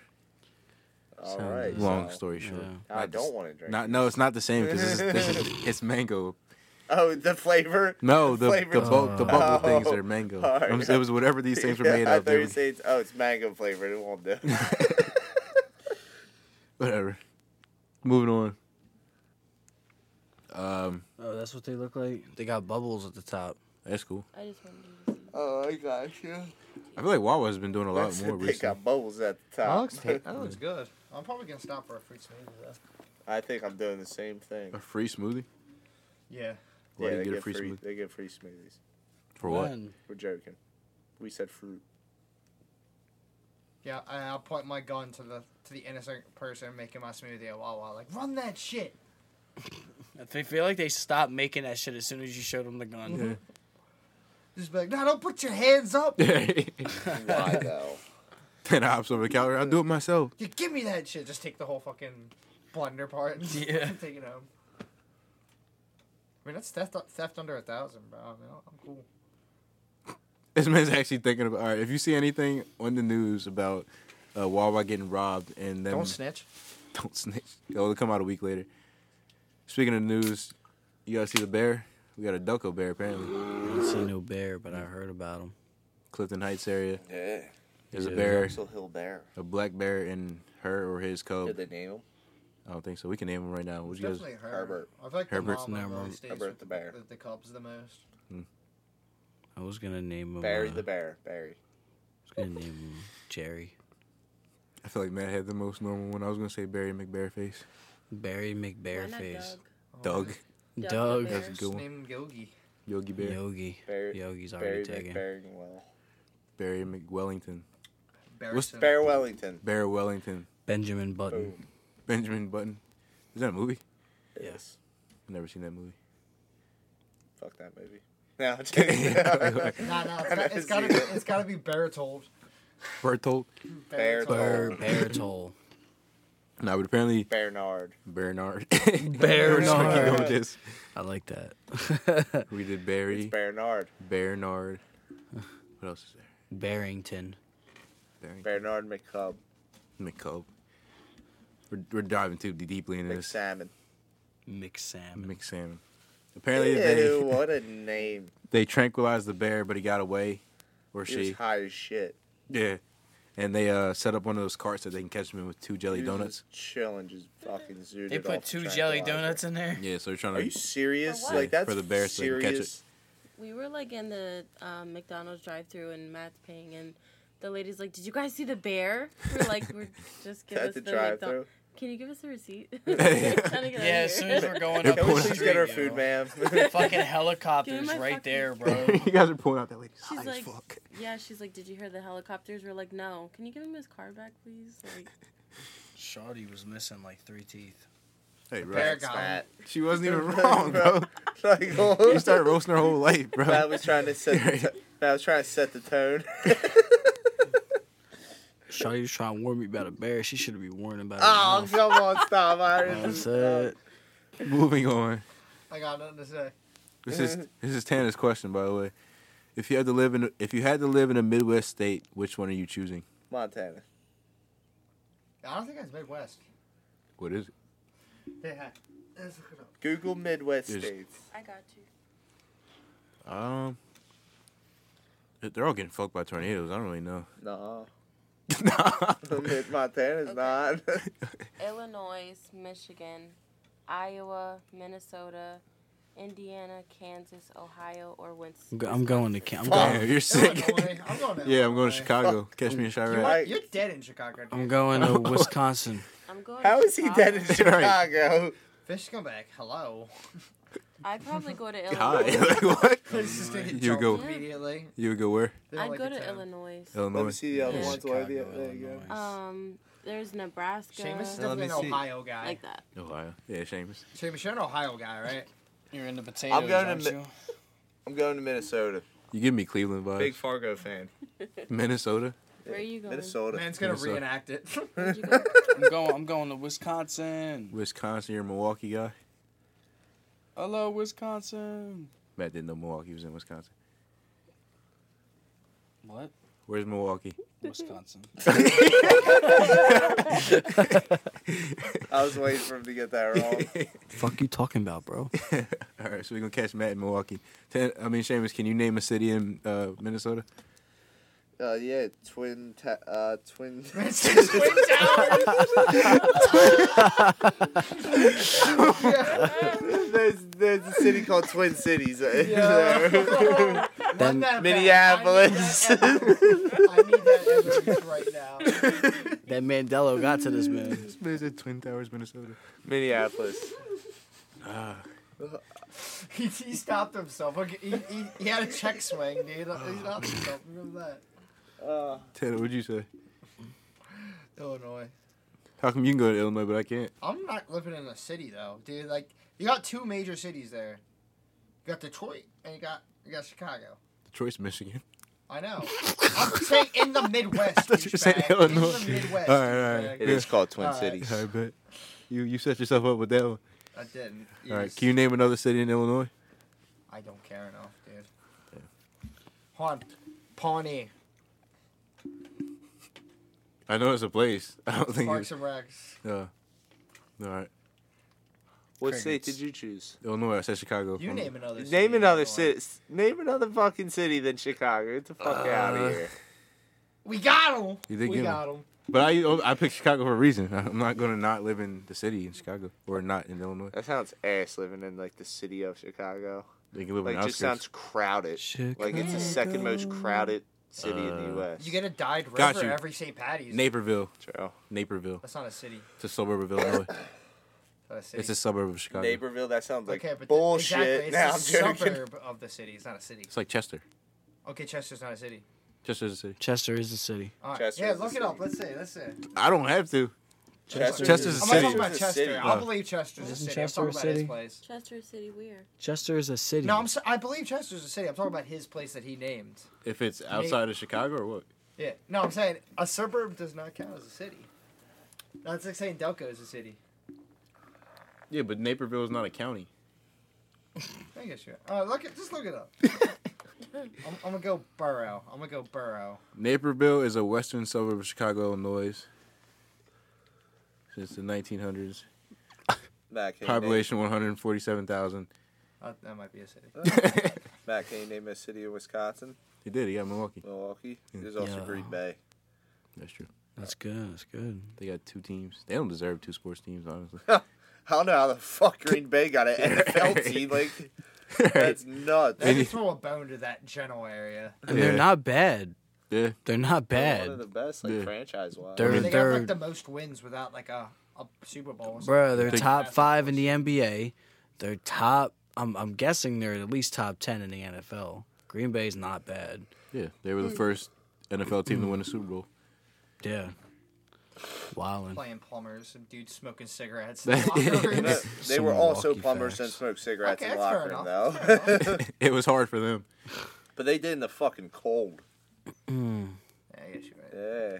B: All
C: Sounds
B: right.
A: Long
B: so-
A: story short.
C: Yeah.
B: I
A: Not the s-
B: don't want to drink.
A: Not no, it's not the same because it's, this is- it's mango.
B: [laughs] Oh, the flavor.
A: No, the the,
B: flavor's-
A: bu- the bubble
B: Oh.
A: things are mango.
B: Alright.
A: I'm s- It was whatever [laughs] these things were
B: [laughs] Yeah,
A: made
B: I
A: of.
B: thought
A: they
B: you were
A: would-
B: saying, oh, it's mango flavored. It won't do.
A: Whatever. Moving on. Um,
C: Oh, that's what they look like? They got bubbles at the top.
A: that's cool.
D: I just wanted you to see.
B: oh, I got you.
A: I feel like Wawa has been doing a lot
B: That's
A: more
B: it, [laughs] they
A: recently.
B: got bubbles at the
E: That
B: top.
E: looks, ta- that looks good. I'm probably gonna stop for a fruit smoothie though.
B: [laughs] I think I'm doing the same thing.
A: A free smoothie
E: Yeah.
A: Why do you
B: they
A: get a free smoothie?
B: They get free smoothies.
A: for what?
C: Man,
B: We're joking. We said fruit.
E: Yeah, I, I'll point my gun to the to the innocent person making my smoothie at Wawa. Like, run that shit.
F: They feel like they stopped making that shit as soon as you showed them the gun.
A: Yeah.
E: Just be like, no, don't put your
A: [laughs]
E: hands up.
B: Why though?
A: Ten hops over the calorie. I'll do it myself. [laughs]
E: You give me that shit. Just take the whole fucking blender part. and
F: Yeah.
E: [laughs] take it home. I mean, that's theft, theft under a thousand, bro. I mean, I'm cool.
A: This man's actually thinking about. All right, if you see anything on the news about uh, Wawa getting robbed and then
E: Don't snitch.
A: [laughs] don't snitch. It'll come out a week later. Speaking of news, you guys see the bear? We got a Delco bear apparently.
C: I didn't see no bear, but I heard about him.
A: Clifton Heights area.
B: Yeah.
A: There's a
C: Yeah.
A: bear,
B: Axel Hill Bear.
A: a black bear, and her or his
B: Did
A: cub.
B: they name him?
A: I don't think so. We can name him right now. What you guys?
E: Definitely Herbert.
B: Herbert.
E: I feel like
A: Herbert's
E: the mom
C: number-
E: really stays
B: Herbert
E: with
B: the bear.
E: The, the Cubs the most.
C: I was gonna name him.
B: Barry
C: uh,
B: the Bear. Barry.
C: I was gonna name him Jerry.
A: I feel like Matt had the most normal one. I was gonna say Barry McBareface.
C: Barry
D: Why
C: McBareface.
D: not
C: face.
A: Doug,
D: Doug?
C: Doug.
D: the
A: That's a
D: bear.
A: good one.
E: Named Yogi.
A: Yogi Bear,
C: Yogi.
B: Barry.
C: Yogi's
B: Barry
C: already taken.
B: McBarringwell.
A: Barry McWellington, What's-
E: Barrison.
B: Bear Wellington.
A: Bear Wellington,
C: Benjamin Button.
B: Boom.
A: Benjamin Button. Is that a movie?
B: Yes.
A: I've never seen that movie.
B: Fuck that movie. No,
A: [laughs]
B: I'm [laughs] joking.
E: Nah, nah,
B: I
E: it's got-
B: never [laughs]
E: it's gotta
B: seen
E: be,
B: it.
E: it's gotta be Bertold.
A: Bertolt.
B: Bear-
C: Bear
B: Oh. [laughs]
C: Baritol.
A: No, but apparently
B: Bernard.
A: Bernard. [laughs]
C: Bear
A: We're just gonna keep
C: Nard.
A: going with this.
C: I like that. [laughs]
A: We did
B: It's
A: Barry,
B: Bernard.
A: Bernard. What else is there?
C: Barrington.
A: Barry.
B: Bernard McCub.
A: McCope. We're, we're diving too deeply into this.
B: McSalmon.
C: McSam.
A: McSalmon. Apparently
B: Ew,
A: they,
B: what
A: [laughs]
B: a name.
A: they tranquilized the bear, but he got away, or
B: He was
A: she.
B: high as shit.
A: Yeah. And they uh, set up one of those carts that they can catch him in with two jelly
B: He was
A: donuts.
B: just Chilling, just fucking zooted.
F: They put
B: off the
F: two jelly
B: tranquilizer.
F: donuts in
B: [laughs]
F: there.
A: Yeah, so they're trying
B: Are
A: to. [laughs]
B: you serious?
D: For what?
B: Like that's
A: For the bear so they can catch it.
B: serious.
D: We were like in the um, McDonald's drive-through and Matt's
B: [laughs]
D: paying, and the lady's like, "Did you guys see the bear?" We're like, "We're just give
B: At
D: us
B: the
D: the,
B: drive-thru?
D: McDonald's." Can you give us a receipt? [laughs]
F: Yeah, as soon as we're going
A: They're
F: up
B: Can
A: pulling
B: we
F: the
A: up-
B: please
F: street,
B: get our
F: yo,
A: [laughs]
B: food, ma'am? [laughs]
F: Fucking
D: Give
F: helicopters
D: me my
F: right
D: fucking- [laughs]
F: there, bro.
A: you guys are pulling out that lady.
D: [laughs] She's
A: Hot as
D: like-
A: fuck.
D: Yeah, she's like, did you hear the helicopters? We're like, no. Can you give him his card back, please? Like,
F: Shawty was missing like three teeth.
A: Hey,
E: Bear
A: bro. [laughs]
E: guy.
B: Matt.
A: She wasn't even wrong, bro.
B: Like,
A: You started roasting her whole life, bro.
B: Matt was trying to set. The [laughs] t- Matt was trying to set the [laughs] tone.
C: Shawty was trying to warn me about a bear. She should have been warning about a
B: oh,
C: mouse.
B: come on, stop! I
C: That's
B: just,
C: it.
A: [laughs] Moving on.
E: I got nothing to say.
A: This is this is Tana's question, by the way. If you had to live in if you had to live in a Midwest state, which one are you choosing?
B: Montana.
E: I don't think that's Midwest.
A: What is it?
E: Yeah. Let's look it up.
B: Google Midwest
A: There's-
B: states.
D: [laughs] I got you.
A: Um, they're all getting fucked by tornadoes. I don't really know. [laughs]
B: No, [laughs]
A: Nah.
B: Mid- Montana's
D: Okay.
B: not.
D: Illinois, Michigan, Iowa, Minnesota, Indiana, Kansas, Ohio, or
C: I'm,
D: Wisconsin.
C: go- I'm going to Ca- I'm
B: Fuck.
A: Damn,
C: going.
A: you're [laughs]
E: [laughs]
A: sick. [laughs]
E: Illinois. I'm going to
A: yeah, I'm going
E: Illinois.
A: to Chicago. Catch me in
E: You
A: Chirac.
B: Right.
E: are, you're dead in Chicago.
C: I'm
E: dude.
C: going to Wisconsin.
D: I'm going
B: How
D: to
B: is he
D: Chicago.
B: dead in
A: Right.
B: Chicago?
E: Fish come back.
A: [laughs]
E: Hello.
D: I'd probably go to
A: Hi.
D: Illinois.
A: [laughs] like what?
E: This is gonna get
A: You
E: jumped
A: go-
E: immediately.
A: You would go where?
E: They don't
D: I'd
E: like
D: go
E: it
D: to
E: then.
D: Illinois.
A: Illinois.
B: Let me see uh, the other
D: Yeah.
B: ones. Where the,
F: Chicago,
B: there you go.
F: Illinois.
D: Um, there's Nebraska.
E: Seamus is
A: Let
E: definitely an
A: me see.
E: Ohio guy.
D: like that.
A: Ohio. Yeah, Seamus.
E: Seamus, you're an Ohio
A: [laughs]
E: guy, right?
F: You're into potatoes,
B: I'm going
F: aren't
B: to
F: you?
B: I'm going to Minnesota.
A: You give me Cleveland vibes.
B: Big Fargo fan.
A: [laughs] Minnesota.
D: Where are you going?
B: Minnesota. [laughs]
E: Man's gonna
A: Minnesota.
E: reenact it. [laughs]
D: Where'd you go?
F: I'm going. I'm going to Wisconsin.
A: Wisconsin, you're a Milwaukee guy.
F: Hello, Wisconsin.
A: Matt didn't know Milwaukee was in Wisconsin.
F: What?
A: Where's Milwaukee? [laughs]
F: Wisconsin.
B: I was waiting for him to get [laughs] that wrong.
C: Fuck you talking about, bro?
A: All right, so we're gonna catch Matt in Milwaukee. Ten, I mean, Seamus, can you name a city in uh, Minnesota?
B: Uh, yeah, twin, ta- uh, twin. [laughs] there's, there's a city called Twin Cities. uh, there.
E: Run that
B: [laughs]
E: back.
B: Minneapolis.
E: I need that image right now. [laughs]
C: That Mandela got to this man.
A: There's a Twin Towers, Minnesota.
B: Minneapolis.
A: Ah,
E: He, he stopped himself. Look, he, he, he had a check swing, dude. He stopped himself. Remember that?
B: Uh,
A: Ted, what'd you say?
E: Illinois.
A: How come you can go to Illinois but I can't?
E: I'm not living in a city though, dude. Like you got two major cities there. You got Detroit and you got you got Chicago.
A: Detroit's [laughs] Michigan.
E: I know.
A: [laughs]
E: I'm saying in the Midwest.
A: thought you were saying
E: douchebag.
A: Illinois.
E: In the Midwest.
A: All right, all right.
E: douchebag.
A: It is
B: called
E: Twin Alright. Cities.
A: I bet. You you set yourself up with that one.
E: I didn't.
A: All right,
E: Yes.
A: can you name another city in Illinois?
E: I don't care enough, dude. Hold on. Pawnee.
A: I know it's a place. [laughs] I don't think it's.
E: Parks and Recs.
A: Uh, all right,
B: What
F: Crickets.
B: state did you choose?
A: Illinois. I said Chicago.
E: You
A: Um,
E: name another city.
B: Name
E: in
B: another
E: Illinois.
B: city. Name another fucking city than Chicago. Get the fuck out
A: Uh,
B: of here.
E: We got him.
A: You did
E: we
A: get 'em.
E: got him.
A: But I oh, I picked Chicago for a reason. [laughs] I'm not gonna not live in the city in Chicago or not in Illinois.
B: That sounds ass living in like the city of Chicago.
A: They can live
B: Like
A: in the
B: just sounds crowded. Like it's the second most crowded city in the
A: Uh,
B: U.S.
E: You get a dyed river
A: Got you.
E: every St. Patty's.
A: Naperville.
B: True.
A: Naperville.
E: That's not a city.
A: It's a suburb of [laughs] Illinois.
E: That's a city.
A: it's a suburb of Chicago.
B: Naperville. That sounds like
E: okay, but the-
B: bullshit.
E: Exactly. It's
B: [laughs] Nah,
E: a
B: I'm joking.
E: suburb of the city. It's not a city.
A: It's like Chester.
E: Okay, Chester's not a city.
A: Chester's a city.
C: Chester is a city.
E: All right.
B: Chester
E: yeah,
B: is a
E: look it
B: city.
E: up. Let's see. Let's see. I'm
A: I don't have to.
B: Chester's,
A: Chester's a
E: not talking
A: city.
E: about Chester. I
A: Oh.
E: believe Chester's a
C: Isn't
E: city.
C: Chester
E: I'm
C: a
E: talking about
C: city?
E: his place.
D: Chester City, where?
C: Chester is a city.
E: No, I'm. So, I believe Chester's a city. I'm talking about his place that he named.
A: If it's outside of Chicago or what?
E: Yeah. No, I'm saying a suburb does not count as a city. That's like saying Delco is a city.
A: Yeah, but Naperville is not a county.
E: I guess you. Uh, look it. Just look it up.
C: [laughs]
E: I'm, I'm gonna go Burrow. I'm gonna go Burrow.
A: Naperville is a western suburb of Chicago, Illinois. Since the 1900s.
B: Matt, can you name-
A: Population [laughs] 147,000.
E: That, Uh, that might be a city.
B: Matt, can you name a city in Wisconsin?
A: he did. He got Milwaukee.
B: Milwaukee. There's also
C: Yeah.
B: Green Bay.
A: That's true.
C: That's good. That's good.
A: They got two teams. They don't deserve two sports teams, honestly.
B: I don't know how the [laughs] fuck Green Bay got an NFL team. Like [laughs] that's nuts.
E: They should throw a bone to that general area.
C: And
A: Yeah.
C: they're not bad.
A: [laughs] yeah.
C: They're not
B: They're One of
C: bad.
B: the best, like
A: Yeah.
B: franchise wise.
C: They're-
E: They have like
C: third.
E: the most wins without like a a Super Bowl.
C: Bro, they're
A: Big-
C: top five in the NBA. They're top. I'm I'm guessing they're at least top ten in the NFL. Green Bay's not bad.
A: Yeah, they were the first NFL team to win a Super
B: [laughs]
A: Bowl. [laughs]
C: Yeah. Wildin'.
E: playing plumbers, some dude
A: [laughs]
E: smoking cigarettes. In the locker room.
B: No, they were
C: Some
B: also
C: Milwaukee
B: plumbers and
C: facts.
B: smoked cigarettes
E: Okay,
B: in the
E: that's
B: locker
E: fair
B: room, though.
E: enough.
B: [laughs]
A: It was hard for them.
B: but they did in the fucking cold.
E: Yeah, I guess you're right.
B: Yeah.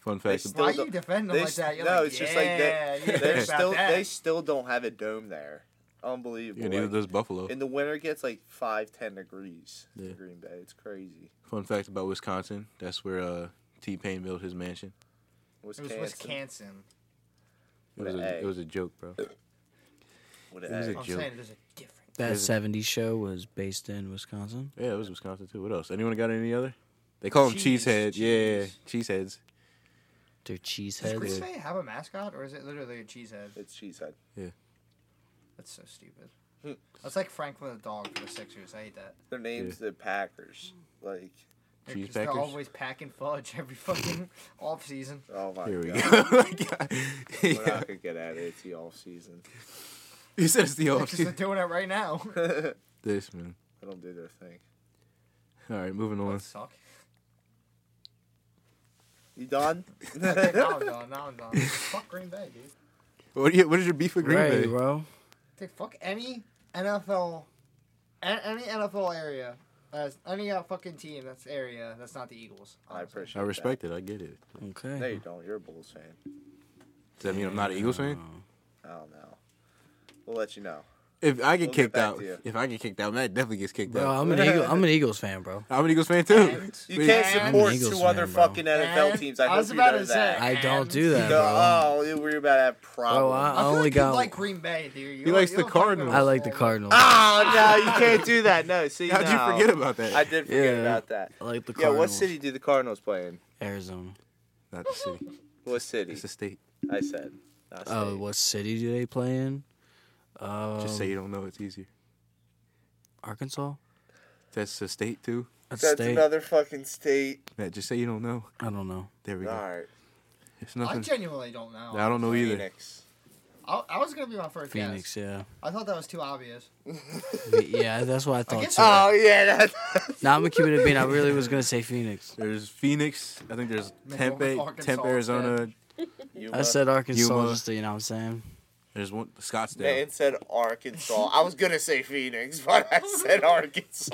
A: Fun
B: They
A: fact.
B: still
E: Why you
B: don't-
E: defend them
B: they
E: like
B: s-
E: that? You're
B: no,
E: like,
B: it's just like
E: yeah,
B: they,
E: you
B: [laughs]
E: think
B: they're
E: about
B: still
E: that.
B: they still don't have a dome there. Unbelievable.
A: Yeah, neither
B: Like,
A: does Buffalo.
B: in the winter, it gets like five, ten degrees.
A: Yeah.
B: in Green Bay, it's crazy.
A: Fun fact about Wisconsin. That's where uh, T Pain built his mansion.
E: It was
B: Wisconsin.
E: Wisconsin.
A: It was,
B: With an
A: a,
B: A.
A: it was a joke, bro.
B: What an
A: It was
B: egg.
A: a
E: I'm
A: joke.
E: saying there's a difference.
C: That
A: Is it-
C: '70s show was based in Wisconsin.
A: Yeah, it was Wisconsin too. What else? Anyone got any other? They call them
E: Cheese,
A: cheeseheads. Yeah, yeah, yeah, cheeseheads.
C: They're
E: Does Green
C: cheeseheads.
E: Bay have a mascot, or is it literally a cheesehead?
B: It's cheesehead.
E: That's so stupid.
B: Hmm.
E: That's like Franklin the dog for the Sixers. I hate that.
B: Their name's the Packers. Like,
E: They're,
A: Cheese
E: 'cause they're
A: packers?
E: always packing fudge
A: [laughs]
E: every fucking off season.
B: oh my
A: Here we
B: god,
A: go. [laughs]
B: we're not gonna get at it. It's the off season. [laughs]
A: He said it's the
E: Because they're
A: offseason.
E: doing it right now.
B: they
A: This man.
B: don't do their thing.
A: All right, moving on.
E: That suck.
B: You
E: [laughs]
B: done?
E: Okay, now I'm done. Now
A: [laughs]
E: I'm done. Fuck Green Bay, dude.
A: What, do you, what is your beef with Green
C: Right,
A: Bay?
C: bro.
E: Dude, fuck any NFL, a- any NFL area, uh, any uh, fucking team that's area that's not the Eagles.
B: [laughs] I
A: [laughs]
E: honestly.
B: appreciate.
A: I respect it. I get it.
B: That. No,
C: Okay.
B: you don't. You're a Bulls fan.
A: Does that mean I'm not an Eagles fan?
B: I don't know. We'll let you know.
A: If I get
B: We'll get
A: kicked
B: back
A: out,
B: to you.
A: if I get kicked out, Matt definitely gets kicked
C: Bro,
A: out.
C: I'm an Eagle, I'm an Eagles fan, bro.
A: I'm an Eagles fan too.
E: And-
B: You
A: But-
B: can't
E: I'm an
B: support
C: Eagles
B: two
C: fan,
B: other
C: bro.
B: fucking NFL
E: And-
B: teams. I,
E: I was
B: hope
E: about
B: you know
E: to
B: that.
E: say-
C: I don't
E: And-
C: do that,
B: No,
C: bro.
B: oh, we were about to have
C: Bro,
B: problems.
C: I
E: I feel
C: only
E: like you
C: got.
E: like Green Bay, dude.
A: He
E: You like-
A: likes
E: you
A: the
E: don't like
A: Cardinals.
C: I like the
E: Cardinals.
C: Cardinals.
B: Oh no, you can't do that. No,
A: [laughs]
B: see,
A: How'd
B: no.
A: you forget about that?
B: I did forget
C: Yeah.
B: about that.
C: I like the
B: Yeah,
C: Cardinals.
B: what city do the Cardinals play in?
C: Arizona.
A: Not the city.
B: What city?
A: It's the state.
B: I said. not
C: Oh,
B: state.
C: what city do they play in? Um,
A: Just say you don't know. It's easier.
C: Arkansas.
A: That's the state too.
C: That's
B: That's
C: state.
B: another fucking state.
A: Matt, just say you don't know.
C: I don't know.
A: There we
B: All
A: go.
B: right,
A: It's
E: I
A: nothing.
E: genuinely don't know.
A: I don't know either.
B: Phoenix.
E: I, I was gonna be my first
C: Phoenix,
E: Phoenix.
C: yeah.
E: I thought that was too obvious.
C: yeah, that's what I thought
E: guess-
C: too.
E: Oh,
B: Oh yeah, that. [laughs]
C: Now I'm gonna keep it a bean. I really was gonna say Phoenix.
A: There's Phoenix. I think there's
E: Maybe
A: Tempe,
E: Arkansas
A: Tempe, Arizona.
B: You
C: I said Arkansas
A: Yuma.
C: just to, you know what I'm saying?
A: There's one Scottsdale.
B: Man said Arkansas. I was gonna say Phoenix, [laughs] but I said Arkansas.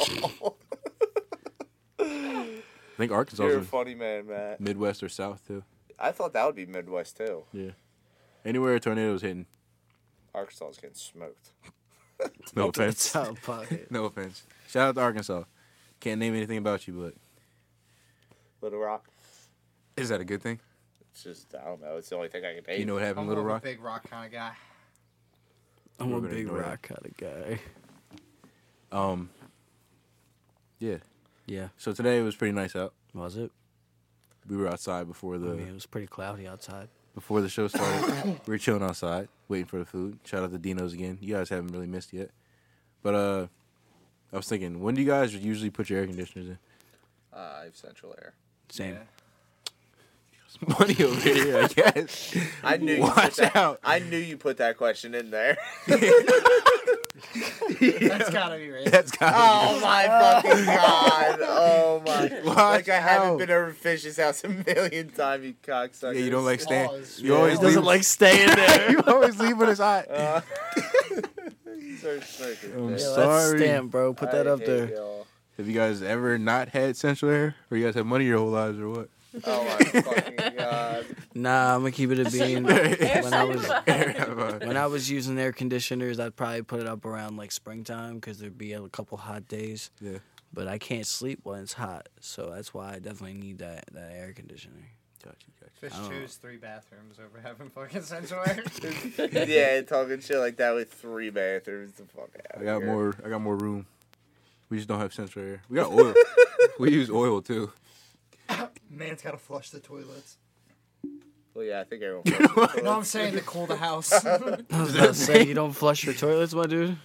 A: I think Arkansas
B: You're a
A: is
B: funny man, Matt.
A: Midwest or South too.
B: I thought that would be Midwest too.
A: Anywhere a tornado's hitting.
B: Arkansas is getting smoked.
A: No
C: That's
A: offense.
C: how
A: [laughs]
C: pocket.
A: No offense. Shout out to Arkansas. Can't name anything about you, but
B: Little Rock.
A: is that a good thing?
B: It's just I don't know. It's the only thing I can pay.
A: You know what happened, in
E: I'm
A: Little
E: more of a
A: Rock?
E: big rock kind of
A: [laughs]
E: guy. [laughs]
C: I'm
A: We're
C: a
A: gonna
C: big
A: ignore that.
C: rock kind of guy.
A: Um. Yeah.
C: Yeah,
A: So today it was pretty nice out.
C: was it?
A: We were outside before
C: I
A: the
C: mean, it was pretty cloudy outside.
A: before the show [coughs] started. we were chilling outside, waiting for the food. Shout out to Dino's again. You guys haven't really missed yet. But uh, I was thinking, when do you guys usually put your air conditioners in?
B: Uh, I have Central Air.
C: Same.
E: Yeah.
A: [laughs] Money over [laughs] here, I guess.
B: I knew. you put
A: Watch
B: that,
A: out.
B: I knew you put that question in there. [laughs]
E: That's gotta be right.
A: That's got
B: Oh my fucking god! Oh
A: [laughs]
B: my!
A: Watch
B: like I
A: out.
B: haven't been over Fish's house a million times, you
A: [laughs]
B: cocksucker.
A: Yeah, you don't
B: [laughs]
A: like stand.
E: Pause.
A: You always
C: He doesn't
A: leave- [laughs]
C: like staying there. [laughs]
A: you always leave when it's [laughs] hot.
B: Uh, [laughs] Sir Smoker,
A: I'm
B: bitch.
C: Yo, that's
A: Sorry.
C: stamp, bro. Put that
B: I
C: up
B: hate
C: there.
B: y'all.
A: Have you guys ever not had central air, or you guys have money your whole lives, or what? [laughs]
B: Oh my fucking god!
C: Nah, I'm gonna keep it a bean. when I was
A: Air-
C: when I was using air conditioners, I'd probably put it up around like springtime because there'd be a couple hot days.
A: yeah.
C: But I can't sleep when it's hot, so that's why I definitely need that that air conditioner.
A: Got you, got
E: Fish
C: Oh.
E: chose three bathrooms over having fucking central
A: [laughs]
E: air.
B: Yeah, talking shit like that with three bathrooms. The fuck out.
A: you. I got
B: here.
A: more. I got more room. We just don't have central air. We got [laughs] oil. we use oil [laughs] too.
E: Man's gotta flush
A: [laughs]
E: the toilets.
B: Well, yeah, I think everyone.
E: No, I'm saying to cool
A: [laughs]
E: the house.
C: I [laughs] was about to say you don't flush [laughs] your toilets, my dude.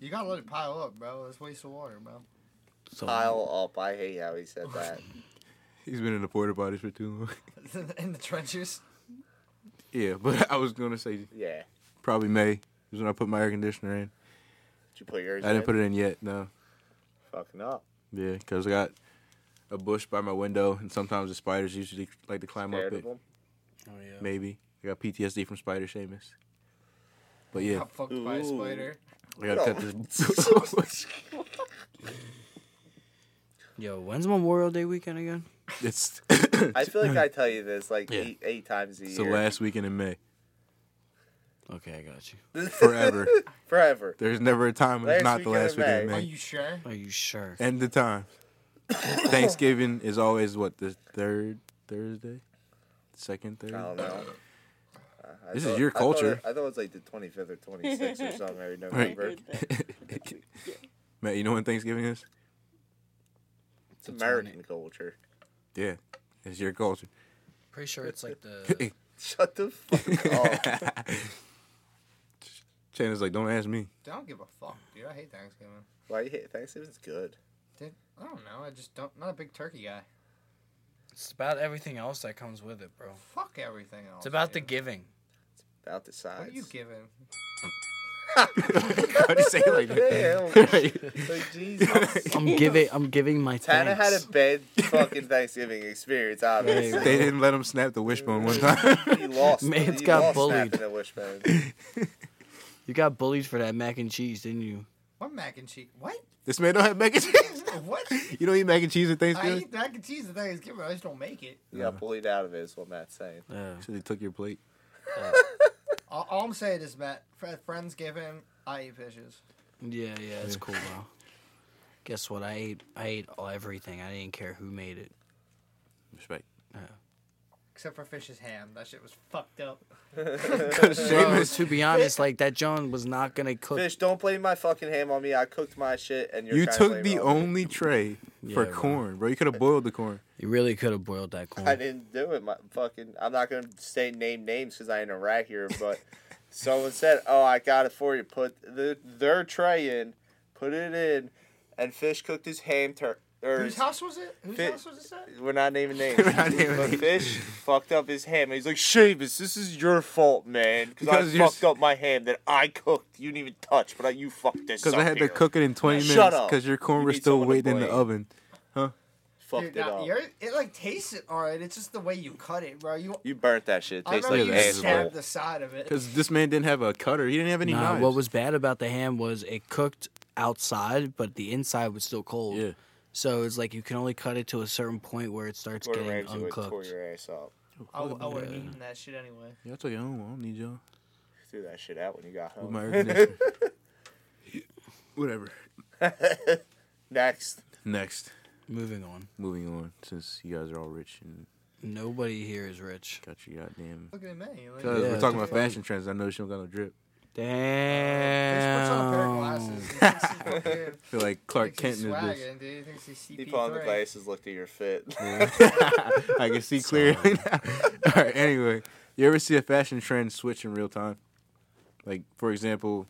E: You gotta let it pile up, bro. It's a waste of water, bro. [laughs]
C: So,
B: pile up. I hate how he said that.
A: He's been in the porta potties for too long.
E: in the trenches.
A: [laughs] Yeah, but I was gonna say
B: Yeah.
A: probably May is when I put my air conditioner in.
B: Did you put yours?
A: I didn't put it in yet. No.
B: Fucking up.
A: Yeah, because I got a bush by my window, and sometimes the spiders usually like to climb
B: Scared
A: up
B: of
A: it.
B: 'em?
F: Oh yeah.
A: Maybe I got PTSD from spider Seamus. But yeah,
E: Got fucked by a
B: Ooh.
E: spider.
A: I gotta cut [laughs]
B: [laughs] No.
A: this.
C: Yo, when's Memorial Day weekend again?
A: it's
B: I feel like I tell you this like
A: Yeah.
B: eight, eight times a
A: it's the
B: year.
A: last weekend in May
C: Okay, I got you.
B: [laughs]
A: forever.
B: Forever.
A: There's never a time when
B: Last
A: it's not the
B: weekend
A: last
B: in
A: weekend in
B: May.
E: Are
A: May.
E: you sure?
C: Are you sure?
A: End the time. Thanksgiving is always what the third Thursday, second
B: I
A: [laughs]
B: don't
A: Thursday.
B: know. Uh, I
A: This is your
B: I thought it-
A: culture.
B: I thought it was like the 25th or 26th or something every November.
A: Matt, you know when Thanksgiving is?
B: It's American culture. [laughs]
A: Yeah, it's your culture.
C: Pretty sure it's like [laughs] the
B: Shut the fuck
A: [laughs]
B: up.
A: Chandler's like, don't ask me.
E: I don't give a fuck, dude. I hate Thanksgiving.
B: Why you hate Thanksgiving's good.
E: Dude, I don't know. I just don't. Not a big turkey guy.
F: It's about everything else that comes with it, bro.
E: Fuck everything
B: Oh,
E: else.
F: It's about the
E: dude.
F: giving.
B: About the size.
E: What are you giving?
A: Why'd you say it like
B: Damn.
A: that? [laughs] Right.
B: Like, Jesus.
C: [laughs] I'm giving I'm giving my
B: Tana had
C: thanks.
B: a bad fucking Thanksgiving experience, obviously.
A: They didn't let him snap the wishbone one time. [laughs]
B: He lost.
C: Man's
B: he
C: got
B: lost
C: bullied.
B: snapping at Wishbone.
C: You got bullied for that mac and cheese, didn't you?
E: What mac and cheese? What? [laughs]
A: this man don't have mac and cheese. [laughs]
E: What?
A: You don't eat mac and cheese at
E: I
A: Thanksgiving?
E: eat mac and cheese at Thanksgiving. I just don't make it.
A: [laughs]
B: He got bullied out of it, is what Matt's saying.
C: Yeah.
A: So they took your plate.
E: All, all I'm saying is, Matt, for Friendsgiving, I eat fishes.
C: Yeah, yeah, it's cool though. Guess what? I ate I ate all everything. I didn't care who
B: [laughs]
C: made it.
A: Respect.
E: Except for fish's ham. That shit was fucked up.
C: Bro, to be honest, like that John was not gonna cook.
B: Fish, don't blame my fucking ham on me. I cooked my shit, and you're
A: You
B: trying to
A: took
B: blame
A: the
B: it on me.
A: only tray for
C: Yeah, bro.
A: corn, bro. You could have boiled the corn.
C: You really could have boiled that corn.
B: I didn't do it. My fucking. I'm not gonna say name names because I ain't a rat here,
A: [laughs]
B: but someone said, "Oh, I got it for you. Put the their tray in, put it in, and fish cooked his ham tur- or
E: Whose
B: his-
E: house was it? Whose
B: Fi-
E: house was this at?
B: We're not naming names.
A: We're not naming
B: but
A: names.
B: fish fucked up his ham. And he's like, Shavis, this is your fault, man, because
A: Because
B: I
A: you're-
B: fucked up my ham that I cooked. You didn't even touch, but I, you fucked this.
A: Because
B: up
A: I had
B: here.
A: to cook it in 20
B: Shut
A: minutes
B: up.
A: because your corn
B: You
A: was
B: need
A: still
B: someone to
A: waiting in the
B: blame.
A: oven.
B: Fucked
E: Dude,
B: it
E: nah,
B: up.
E: you're, it like tastes it all right. It's just the way you cut it, bro. You,
B: You burnt that shit. It
E: I
B: tastes
E: remember
A: like
B: like an
E: you
A: an
B: asshole.
E: stabbed the side of it.
A: Because this man didn't have a cutter. He didn't have any
C: Nah,
A: knives.
C: what was bad about the ham was it cooked outside, but the inside was still cold.
A: Yeah.
C: So it's like you can only cut it to a certain point where it starts
B: Gordon
C: getting
B: Ramsay would tore
C: uncooked.
B: your ass up.
E: [laughs] I, I would have eaten that shit anyway.
A: Y'all took it home. I don't need y'all.
B: Threw that shit out when you got
A: With
B: home.
A: my
B: [laughs]
A: air conditioner. Whatever.
B: Next.
A: Next.
C: Moving on.
A: Moving on, since you guys are all rich and
C: Nobody here is rich.
A: got your goddamn.
E: Look at me. Like,
A: Because
C: Yeah,
A: we're talking about
C: it's
A: fashion trends. I know she don't got no drip.
E: Fish puts on a pair of
A: [laughs]
C: Damn.
E: glasses. and thinks he's fucking-
A: feel like Clark
E: thinks
A: Kent
E: he's
A: in this.
E: swagging, dude. He thinks he's
B: He put on the
E: CP3.
B: glasses, looked at
A: [laughs]
B: your fit.
A: bitch. I can see clearly now. [laughs] All right, anyway. You ever see a fashion trend switch in real time? Like, for example,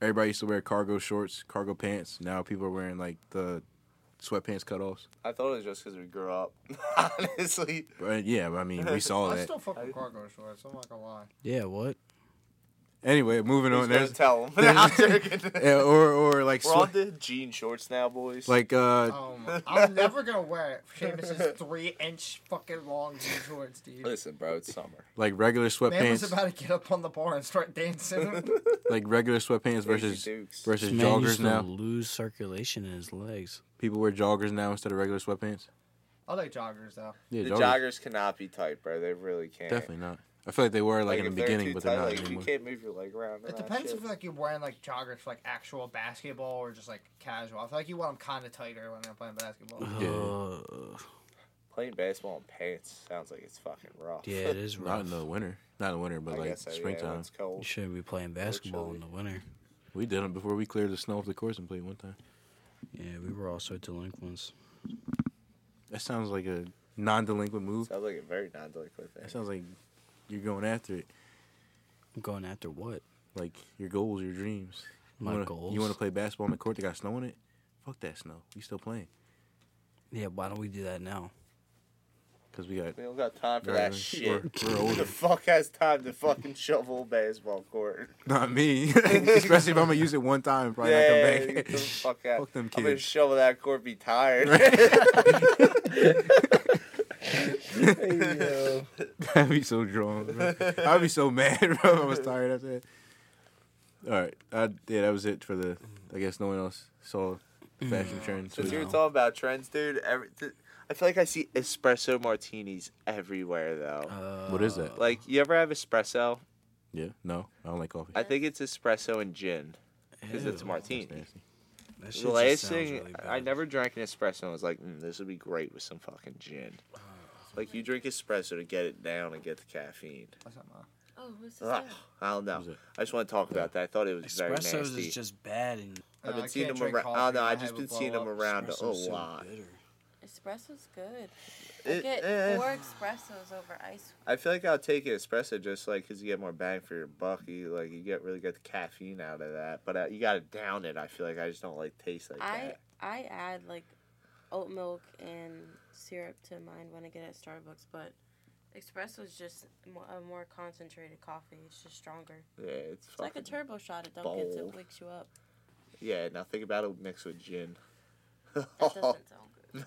A: everybody used to wear cargo shorts, cargo pants. Now people are wearing, like, the sweatpants cutoffs.
B: I thought it was just because we grew up. [laughs] Honestly.
A: But, uh, yeah, I mean,
B: [laughs]
A: we saw
E: I
A: that.
E: still fuck with cargo shorts. I'm not gonna lie.
C: Yeah, what?
A: Anyway, moving
B: Who's
A: on.
B: going
A: There's,
B: to tell [laughs] him? I'm
A: [laughs]
B: joking.
A: yeah, or, or like,
B: We're Oh.
A: sweat,
B: on the jean shorts now, boys.
A: like, uh,
B: [laughs]
E: Um, I'm never gonna wear Seamus's three inch fucking long jean shorts, dude.
B: listen, bro,
A: [laughs]
B: it's summer.
A: like regular
E: Man was
A: sweatpants,
E: about to get up on the bar and start dancing.
B: [laughs]
A: like regular sweatpants versus
B: Dukes.
A: versus
C: Man
A: joggers
C: used to
A: now.
C: lose circulation in his legs.
A: People wear joggers now instead of regular sweatpants.
E: I like joggers though.
A: Yeah,
B: the joggers cannot be tight, bro. They really can't.
A: Definitely not. I feel like they were like,
B: Like,
A: in
B: if
A: the
B: they're
A: beginning,
B: too
A: but they're
B: tight,
A: not
B: like, You
A: anymore.
B: can't move your leg around.
E: It
B: and that
E: depends
B: shit.
E: if like you're wearing like joggers for like actual basketball or just like casual. I feel like you want them kind of tighter when you're playing basketball.
A: Yeah.
C: Uh,
B: Playing basketball in pants sounds like it's fucking rough.
C: yeah,
A: [laughs]
C: it is
A: Not
C: rough.
A: in the winter. Not in the winter, but
B: [laughs] I
A: like
B: guess so, yeah, when
A: springtime.
B: it's cold.
C: You shouldn't be playing basketball in the winter.
A: we did it before we cleared the snow off the course and played one time.
C: Yeah, we were also delinquents.
A: That sounds like a non-delinquent move.
B: Sounds like a very non-delinquent
A: That
B: thing.
A: sounds like you're going after it,
C: I'm going after what?
A: like your goals, your dreams. You
C: My
A: wanna,
C: goals.
A: You want to play basketball on the court that got snow in it? Fuck that snow. We still playing.
C: Yeah, why don't we do that now?
A: because we got.
B: We don't got time for that shit.
A: We're, we're
B: Who the
A: older.
B: fuck has time to fucking shovel a basketball court?
A: Not
B: [laughs]
A: me. Especially if I'm gonna use it one time and [laughs] probably
B: yeah,
A: not come
B: get
A: back.
B: the fuck out.
A: Fuck them
B: I'm gonna
A: kids.
B: shovel that court. Be
A: [laughs]
B: tired.
A: [laughs] I'd be so drunk. Bro. I'd be so mad, [laughs] bro. If I was tired after that. All right, I, yeah, that was it for the. I guess no one else saw the fashion trends.
B: Since you were
A: No.
B: talking about trends, dude, every, th- I feel like I see espresso martinis everywhere though.
A: What is that?
B: like, you ever have espresso?
A: Yeah, no, I don't like coffee.
B: I think it's espresso and gin because it's a
C: Uh, Ew.
B: martini.
A: That's nasty.
C: That shit
B: The
C: just
B: last
C: sounds
B: thing
C: really
B: I
C: bad.
B: never drank an espresso. and was like, mm, this would be great with some fucking gin.
A: Oh.
B: Like you drink espresso to get it down and get the caffeine.
E: That's not mine.
D: Oh, what's this?
B: Ugh,
D: guy?
B: I don't know.
A: What was it?
B: I just want to talk about that. I thought it was very
C: Espressos
B: nasty.
C: is just bad and
B: I've
E: No,
B: been
E: I
B: seeing
E: can't
B: them
E: drink
B: around.
E: coffee,
B: Oh no,
E: my
B: I
E: head
B: just
E: would
B: been
E: blow
B: seeing them
E: up.
B: around a
C: espressos so
B: lot.
C: bitter.
D: Espresso's good. I
B: It-
D: get
B: eh.
D: four espressos over ice.
B: I feel like I'll take an espresso just like 'cause you get more bang for your buck. You like you get really get the caffeine out of that, but uh, you gotta down it. I feel like I just don't like taste like
D: I
B: that.
D: I add like oat milk and syrup to mine when I get it at Starbucks, but espresso is just mo- a more concentrated coffee. It's just stronger.
B: Yeah, it's,
D: It's like a
B: fucking-
D: turbo shot. It dunkets.
B: bold.
D: It wakes
B: [laughs]
D: you up.
B: Yeah, now think about it mixed with gin. [laughs]
D: That doesn't sound good.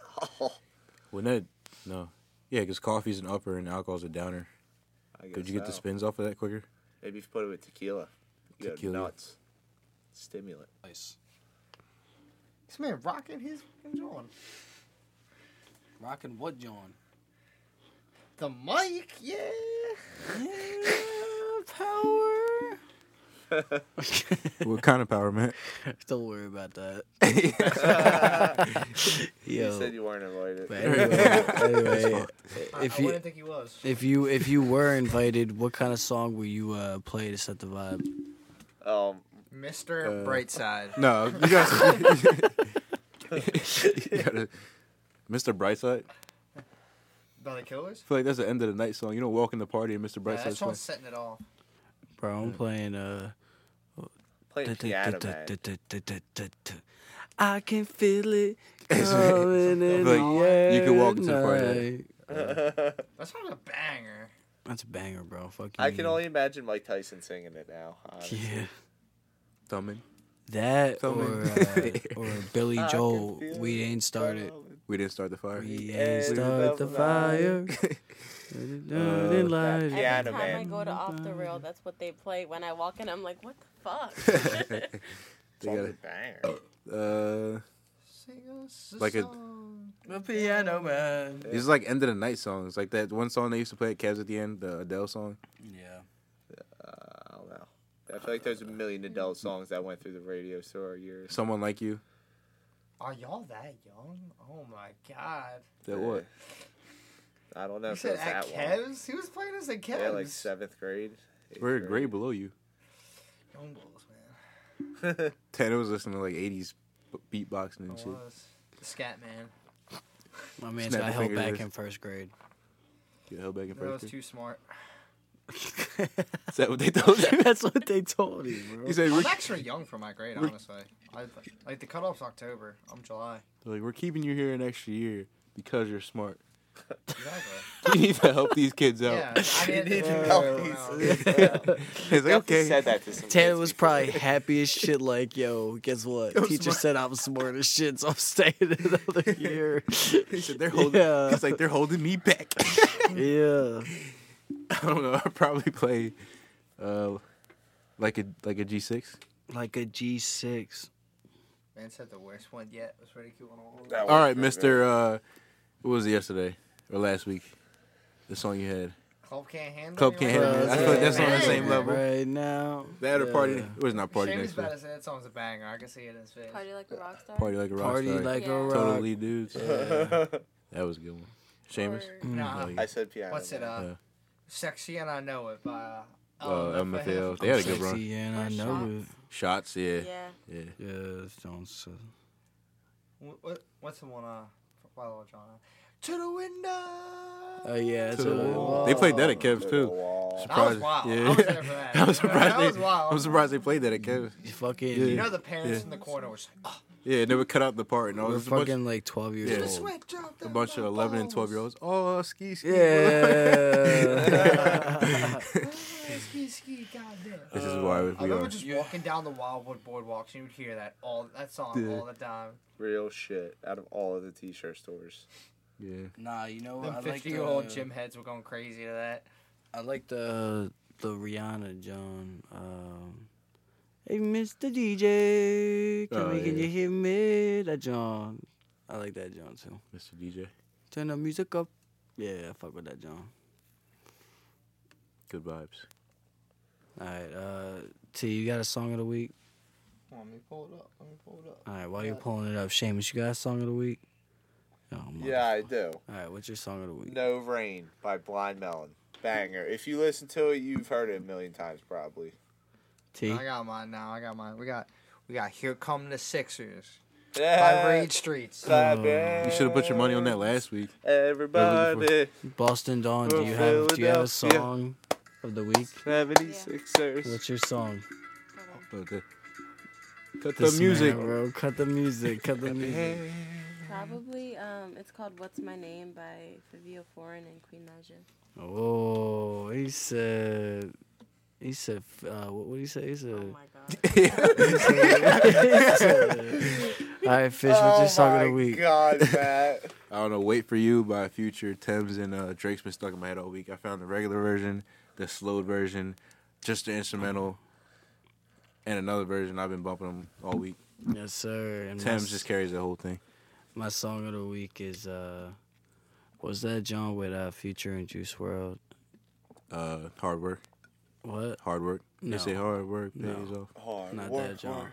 A: Wouldn't that? No. Yeah, because coffee's an upper and alcohol's a downer.
B: I
A: Could
B: guess
A: you get the
B: so.
A: spins off of that quicker?
B: Maybe if you put it with tequila. You go
A: Tequila.
B: nuts. Stimulant.
C: Nice.
E: This man rocking his fucking jaw.
C: Rocking what, John?
E: The mic, yeah.
C: power.
A: [laughs] what kind of power, man?
C: [laughs] Don't worry about that.
B: [laughs]
C: [laughs]
B: You
C: Yo.
B: said you weren't invited.
C: But anyway, anyway
E: I,
C: if
E: I
C: you
E: wouldn't think he was.
C: if you if you were invited, what kind of song will you uh, play to set the vibe?
B: [laughs] Um,
E: Mr.
A: Uh,
E: Brightside.
A: No, you [laughs] gotta. you gotta Mr. Brightside.
E: By the Killers?
A: I feel like that's the end of the night song. You don't walk in the party and Mr.
E: Yeah, that
A: Brightside's playing.
E: song's setting it off.
C: Bro, I'm playing uh.
A: [laughs]
B: playing piano, man.
C: I can feel
B: [laughs]
C: it coming in
A: Like,
C: the air
A: you can walk into the party.
C: tonight.
E: That song's a banger.
C: That's a banger, bro. Fuck you.
B: [laughs] I can
C: mean.
B: only imagine Mike Tyson singing it now. honestly.
C: Yeah.
A: Thumbing.
C: That
A: Tell me.
C: or, uh, or Billy
B: I can
C: Joel,
B: feel
C: we
B: it
C: ain't started.
B: coming.
A: We didn't start the fire.
C: We
B: end
C: ain't started
B: of
C: the
B: the
C: fire.
B: [laughs]
A: Uh,
C: Light
B: Oh, Yeah, I
D: Every
B: know,
D: time I
B: man.
D: go to off the rail, that's what they play. When I walk in, I'm like, what the fuck?
A: [laughs] [laughs] They got it.
B: Banger.
A: Uh,
E: Sing us a
A: Like a-
E: song.
F: The piano man.
A: these are like end of the night songs. Like that one song they used to play at Cavs at the end, the Adele song.
F: Yeah.
B: I don't know. I feel like there's a million Adele songs that went through the radio through our years.
A: Someone like you.
E: Are y'all that young? Oh my god.
A: That what?
B: I don't know
E: You
B: if it
E: said
B: was
E: at
B: that one.
E: Kev's? He was playing us at Kev's.
B: Yeah, like seventh grade. eighth
A: We're a grade below you.
E: Young Bulls, man.
A: Tana was listening to like '80s b- beatboxing and
E: I
A: shit.
E: was. The Scat Man.
C: My man
A: Snap
C: got
A: your
C: held
A: fingers.
C: back in
B: [laughs]
C: first grade. [laughs]
A: Get held back in
E: That was
A: first. grade.
E: too smart.
A: Is that what they told you?
E: [laughs]
C: That's what they told you, bro.
A: He said, we're,
E: I'm actually young for my grade, honestly. I, like the cutoff's October. I'm July.
A: [laughs] like, we're keeping you here an extra year because you're smart. [laughs]
E: Exactly.
A: You need to help these kids out. [laughs]
E: yeah. [laughs] I mean,
B: need to
E: uh,
B: know.
E: no.
A: It's like,
B: Definitely
A: okay.
B: said that to some
C: Taylor
B: kids
C: was
B: before.
C: probably happy as shit. Like, yo, guess what?
A: I'm
C: Teacher
A: smart.
C: said I'm smart as shit, so I'm staying [laughs] another
B: [laughs]
C: year.
A: He said they're holding.
C: Yeah.
A: He's like they're holding me back. [laughs]
C: yeah.
A: I don't know. I probably play, uh, like a like a G six.
C: Like a G6.
E: Man said the worst one yet was ridicule on all of
B: That
C: Oh,
E: them.
A: All
B: was
A: right,
B: pretty
A: Mister. Uh, what was it yesterday or last week? The song you had,
E: Club can't handle
A: Club
E: me
A: Can't
E: right
A: Handle Me.
E: now.
A: I feel like that's on the
E: Banger.
A: same level.
C: Right now.
A: that or party?
C: Yeah.
A: It was not party
E: Shady's
A: next
E: about
A: week.
E: to say that song's a banger. I can see it in his face.
D: [laughs] Party like a rock star.
A: Party like a rock
C: Party
A: star.
C: like
D: Yeah.
C: a rock.
A: totally dudes. [laughs]
B: good.
A: That was a good one. Seamus.
E: [laughs]
D: Or-
E: Nah.
A: Like,
B: [laughs] I said piano.
E: What's it?
B: man.
E: Uh,
A: Yeah.
E: Sexy and I know it by uh,
A: uh, MFL. They had a good run.
C: Sexy and I
D: Or
C: know
D: shots.
A: Shots. Yeah.
D: Yeah.
A: Yeah.
C: it. Yeah, Jones.
E: What, what, what's the one? Uh, by Lil Jon. To the window.
C: Oh yeah, that's
A: So,
C: what it was.
A: they played that at Kev's
B: Good
A: too.
B: wall.
E: That was
A: surprised-
E: wild.
A: yeah.
E: I was there for
A: [laughs]
E: that.
A: I'm surprised.
E: That was
A: they,
E: wild. [laughs]
A: I'm surprised they played that at Kev's.
C: Fucking.
A: Yeah.
E: You know the parents
A: Yeah.
E: in the corner was like, oh,
A: Yeah, and they would cut out the part and all
C: We're
A: this a bunch,
C: fucking like 12 years
A: Yeah.
C: old.
A: a bunch of eleven and twelve year olds. Oh, ski ski.
C: Yeah.
A: [laughs] this is why we
E: I remember
A: are.
E: just
F: Yeah.
E: walking down the Wildwood boardwalks and you'd hear that all that song
A: Yeah.
E: all the time.
B: Real shit out of all of the t-shirt stores.
A: Yeah.
F: Nah, you know
E: Them
F: I
E: fifty
F: like
E: year old
F: the,
E: gym heads were going crazy to that.
C: I like the the Rihanna John. Um, hey, Mr. DJ, can,
A: Oh,
C: we, can
A: yeah.
C: you hear me? That John. I like that John too.
A: Mr. DJ.
C: Turn the music up. Yeah, I fuck with that John.
A: Good vibes.
C: All right, uh, T, you got a song of the week?
B: Let me pull it up. Let me pull it up.
C: All right, while you're pulling it up, Seamus, you got a song of the week? Oh, my.
B: Yeah, I do.
C: All right, what's your song of the week?
B: No Rain by Blind Melon. Banger. If you listen to it, you've heard it a million times probably.
C: T.
E: I got mine now. I got mine. We got we got Here Come the Sixers
B: Yeah.
E: by Rage Streets.
A: Uh, You should have put your money on that last week.
B: Everybody.
C: Boston Dawn, do
B: From
C: you have do you have a
B: Philadelphia.
C: song of the week?
B: 76ers.
C: What's your song?
A: But the, cut the
C: This man,
A: music.
C: bro. Cut the music. Cut the music.
D: Probably, um, it's called "What's My Name" by Fabio Foreign and Queen Naja.
C: Oh, he said. He said, uh, what would he say? He said,
D: Oh
B: Oh
D: god.
C: all right, Fish, what's your song of the week?
B: Oh
A: [laughs]
B: God, Matt.
A: I don't know. Wait for you by Future, Thames, and uh, Drake's been stuck in my head all week. I found the regular version, the slowed version, just the instrumental, and another version. I've been bumping them all week.
C: Yes, sir. And my,
A: Thames
C: s-
A: just carries the whole thing.
C: my song of the week is, uh, was that John with uh, Future and Juice World?
A: Uh, hard work,
C: What?
A: hard work.
C: No.
A: They say hard work pays
C: No.
A: off.
B: Hard
C: Not
B: work,
C: that John.
B: hard.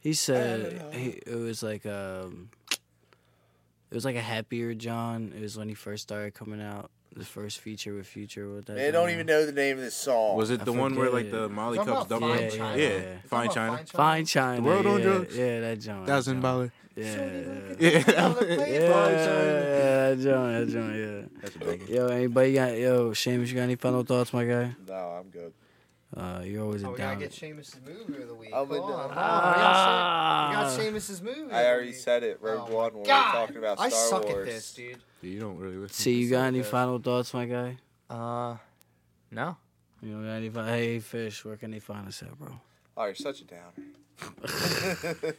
C: He said he, it was like um, it was like a happier John. It was when he first started coming out, the first feature with Future with that.
B: They don't
C: John.
B: even know the name of this song.
A: Was it
C: I
A: the one where like
C: forget
A: the
C: it.
A: Molly
E: Talking
A: cups
E: about
A: double?
C: Fine
A: yeah,
C: China. Yeah.
A: fine China.
C: Fine China.
A: The world
C: yeah,
A: on drugs.
C: Yeah, that John. that
A: Thousand
C: John.
A: dollar.
C: Yeah.
B: [laughs]
A: Yeah.
C: Yeah,
E: Oh,
C: that John, that John,
A: That's a big
C: yeah. Yo, anybody got yo, Seamus, you got any final thoughts, my guy?
B: No, I'm good.
C: Uh you're always
E: Oh,
C: in
E: we gotta
C: down.
E: get Seamus' movie of the week.
B: Oh,
E: Oh,
B: we
E: we
B: do.
E: got
C: Ah.
E: Seamus' movie.
B: I
E: of
B: already
E: the week.
B: said it. Rogue
E: Oh,
B: One. when we were
E: God.
B: talking about Star
E: I suck
B: Wars.
E: at this, dude.
A: You don't really listen.
C: See you got any
E: Okay.
C: final thoughts, my guy?
E: Uh, no.
C: You don't got any fi- hey fish, where can they find us at, bro?
B: Oh, you're such a downer.
A: [laughs]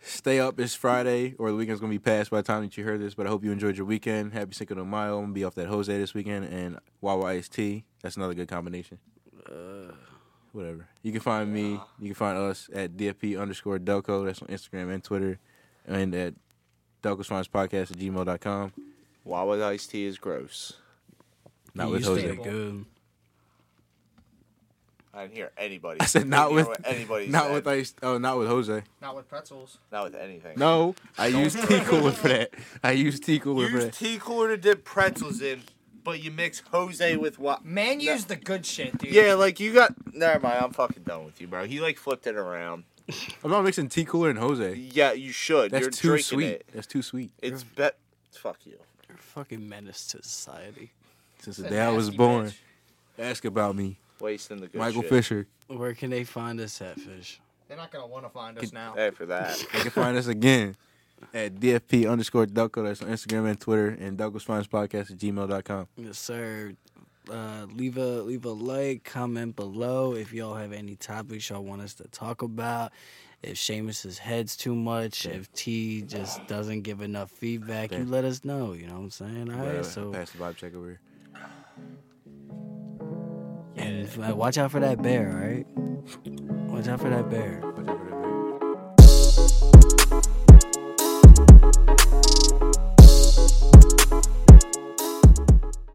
A: Stay up. It's Friday, or the weekend's gonna be past by the time that you heard this. But I hope you enjoyed your weekend. Happy Cinco de Mayo. I'm gonna be off that Jose this weekend and Wawa Iced Tea. That's another good combination. Whatever. You can find me. You can find us at DFP underscore Delco. That's on Instagram and Twitter, and at Delco's Finds Podcast at gmail.com.
B: Wawa iced tea is gross.
A: Not
C: You
A: with
C: used to
A: Jose.
C: be good.
B: I didn't hear
A: [laughs]
B: anybody.
A: I said not
B: Didn't
A: with
B: hear what anybody.
A: Not
B: said.
A: with ice. Oh, not with Jose.
E: Not with pretzels.
B: Not with anything.
A: No, I use tea cooler for that. I use tea cooler for
B: Use
A: that.
B: tea cooler to dip pretzels in, but you mix Jose with what?
E: Man, use the good shit, dude.
B: Yeah, like you got. Never mind. I'm fucking done with you, bro. He like flipped it around.
A: I'm not mixing tea cooler and Jose.
B: Yeah, you should.
A: That's
B: You're
A: too
B: drinking
A: sweet.
B: it.
A: That's too sweet.
B: It's bet. Fuck you.
C: You're a fucking menace to society.
A: Since the
E: That's a
A: day I was
E: nasty
A: born,
E: bitch.
A: ask about me,
B: Wasting the good
A: Michael
B: shit.
A: Fisher.
C: Where can they find us at fish?
E: They're not gonna want to find us now.
B: Hey, for that.
A: You can find us
B: [laughs]
A: again at DFP underscore Delco. That's on Instagram and Twitter, and Delco's Finds Podcast at gmail.com.
C: Yes, sir. Uh, leave a leave a like, comment below if y'all have any topics y'all want us to talk about. If Seamus's head's too much, if T just doesn't give enough feedback, you
A: Damn.
C: let us know. You know what I'm saying? All
A: But, uh,
C: right, so
A: pass the vibe check over here.
C: and uh, watch out for that bear. All right, watch out for that bear.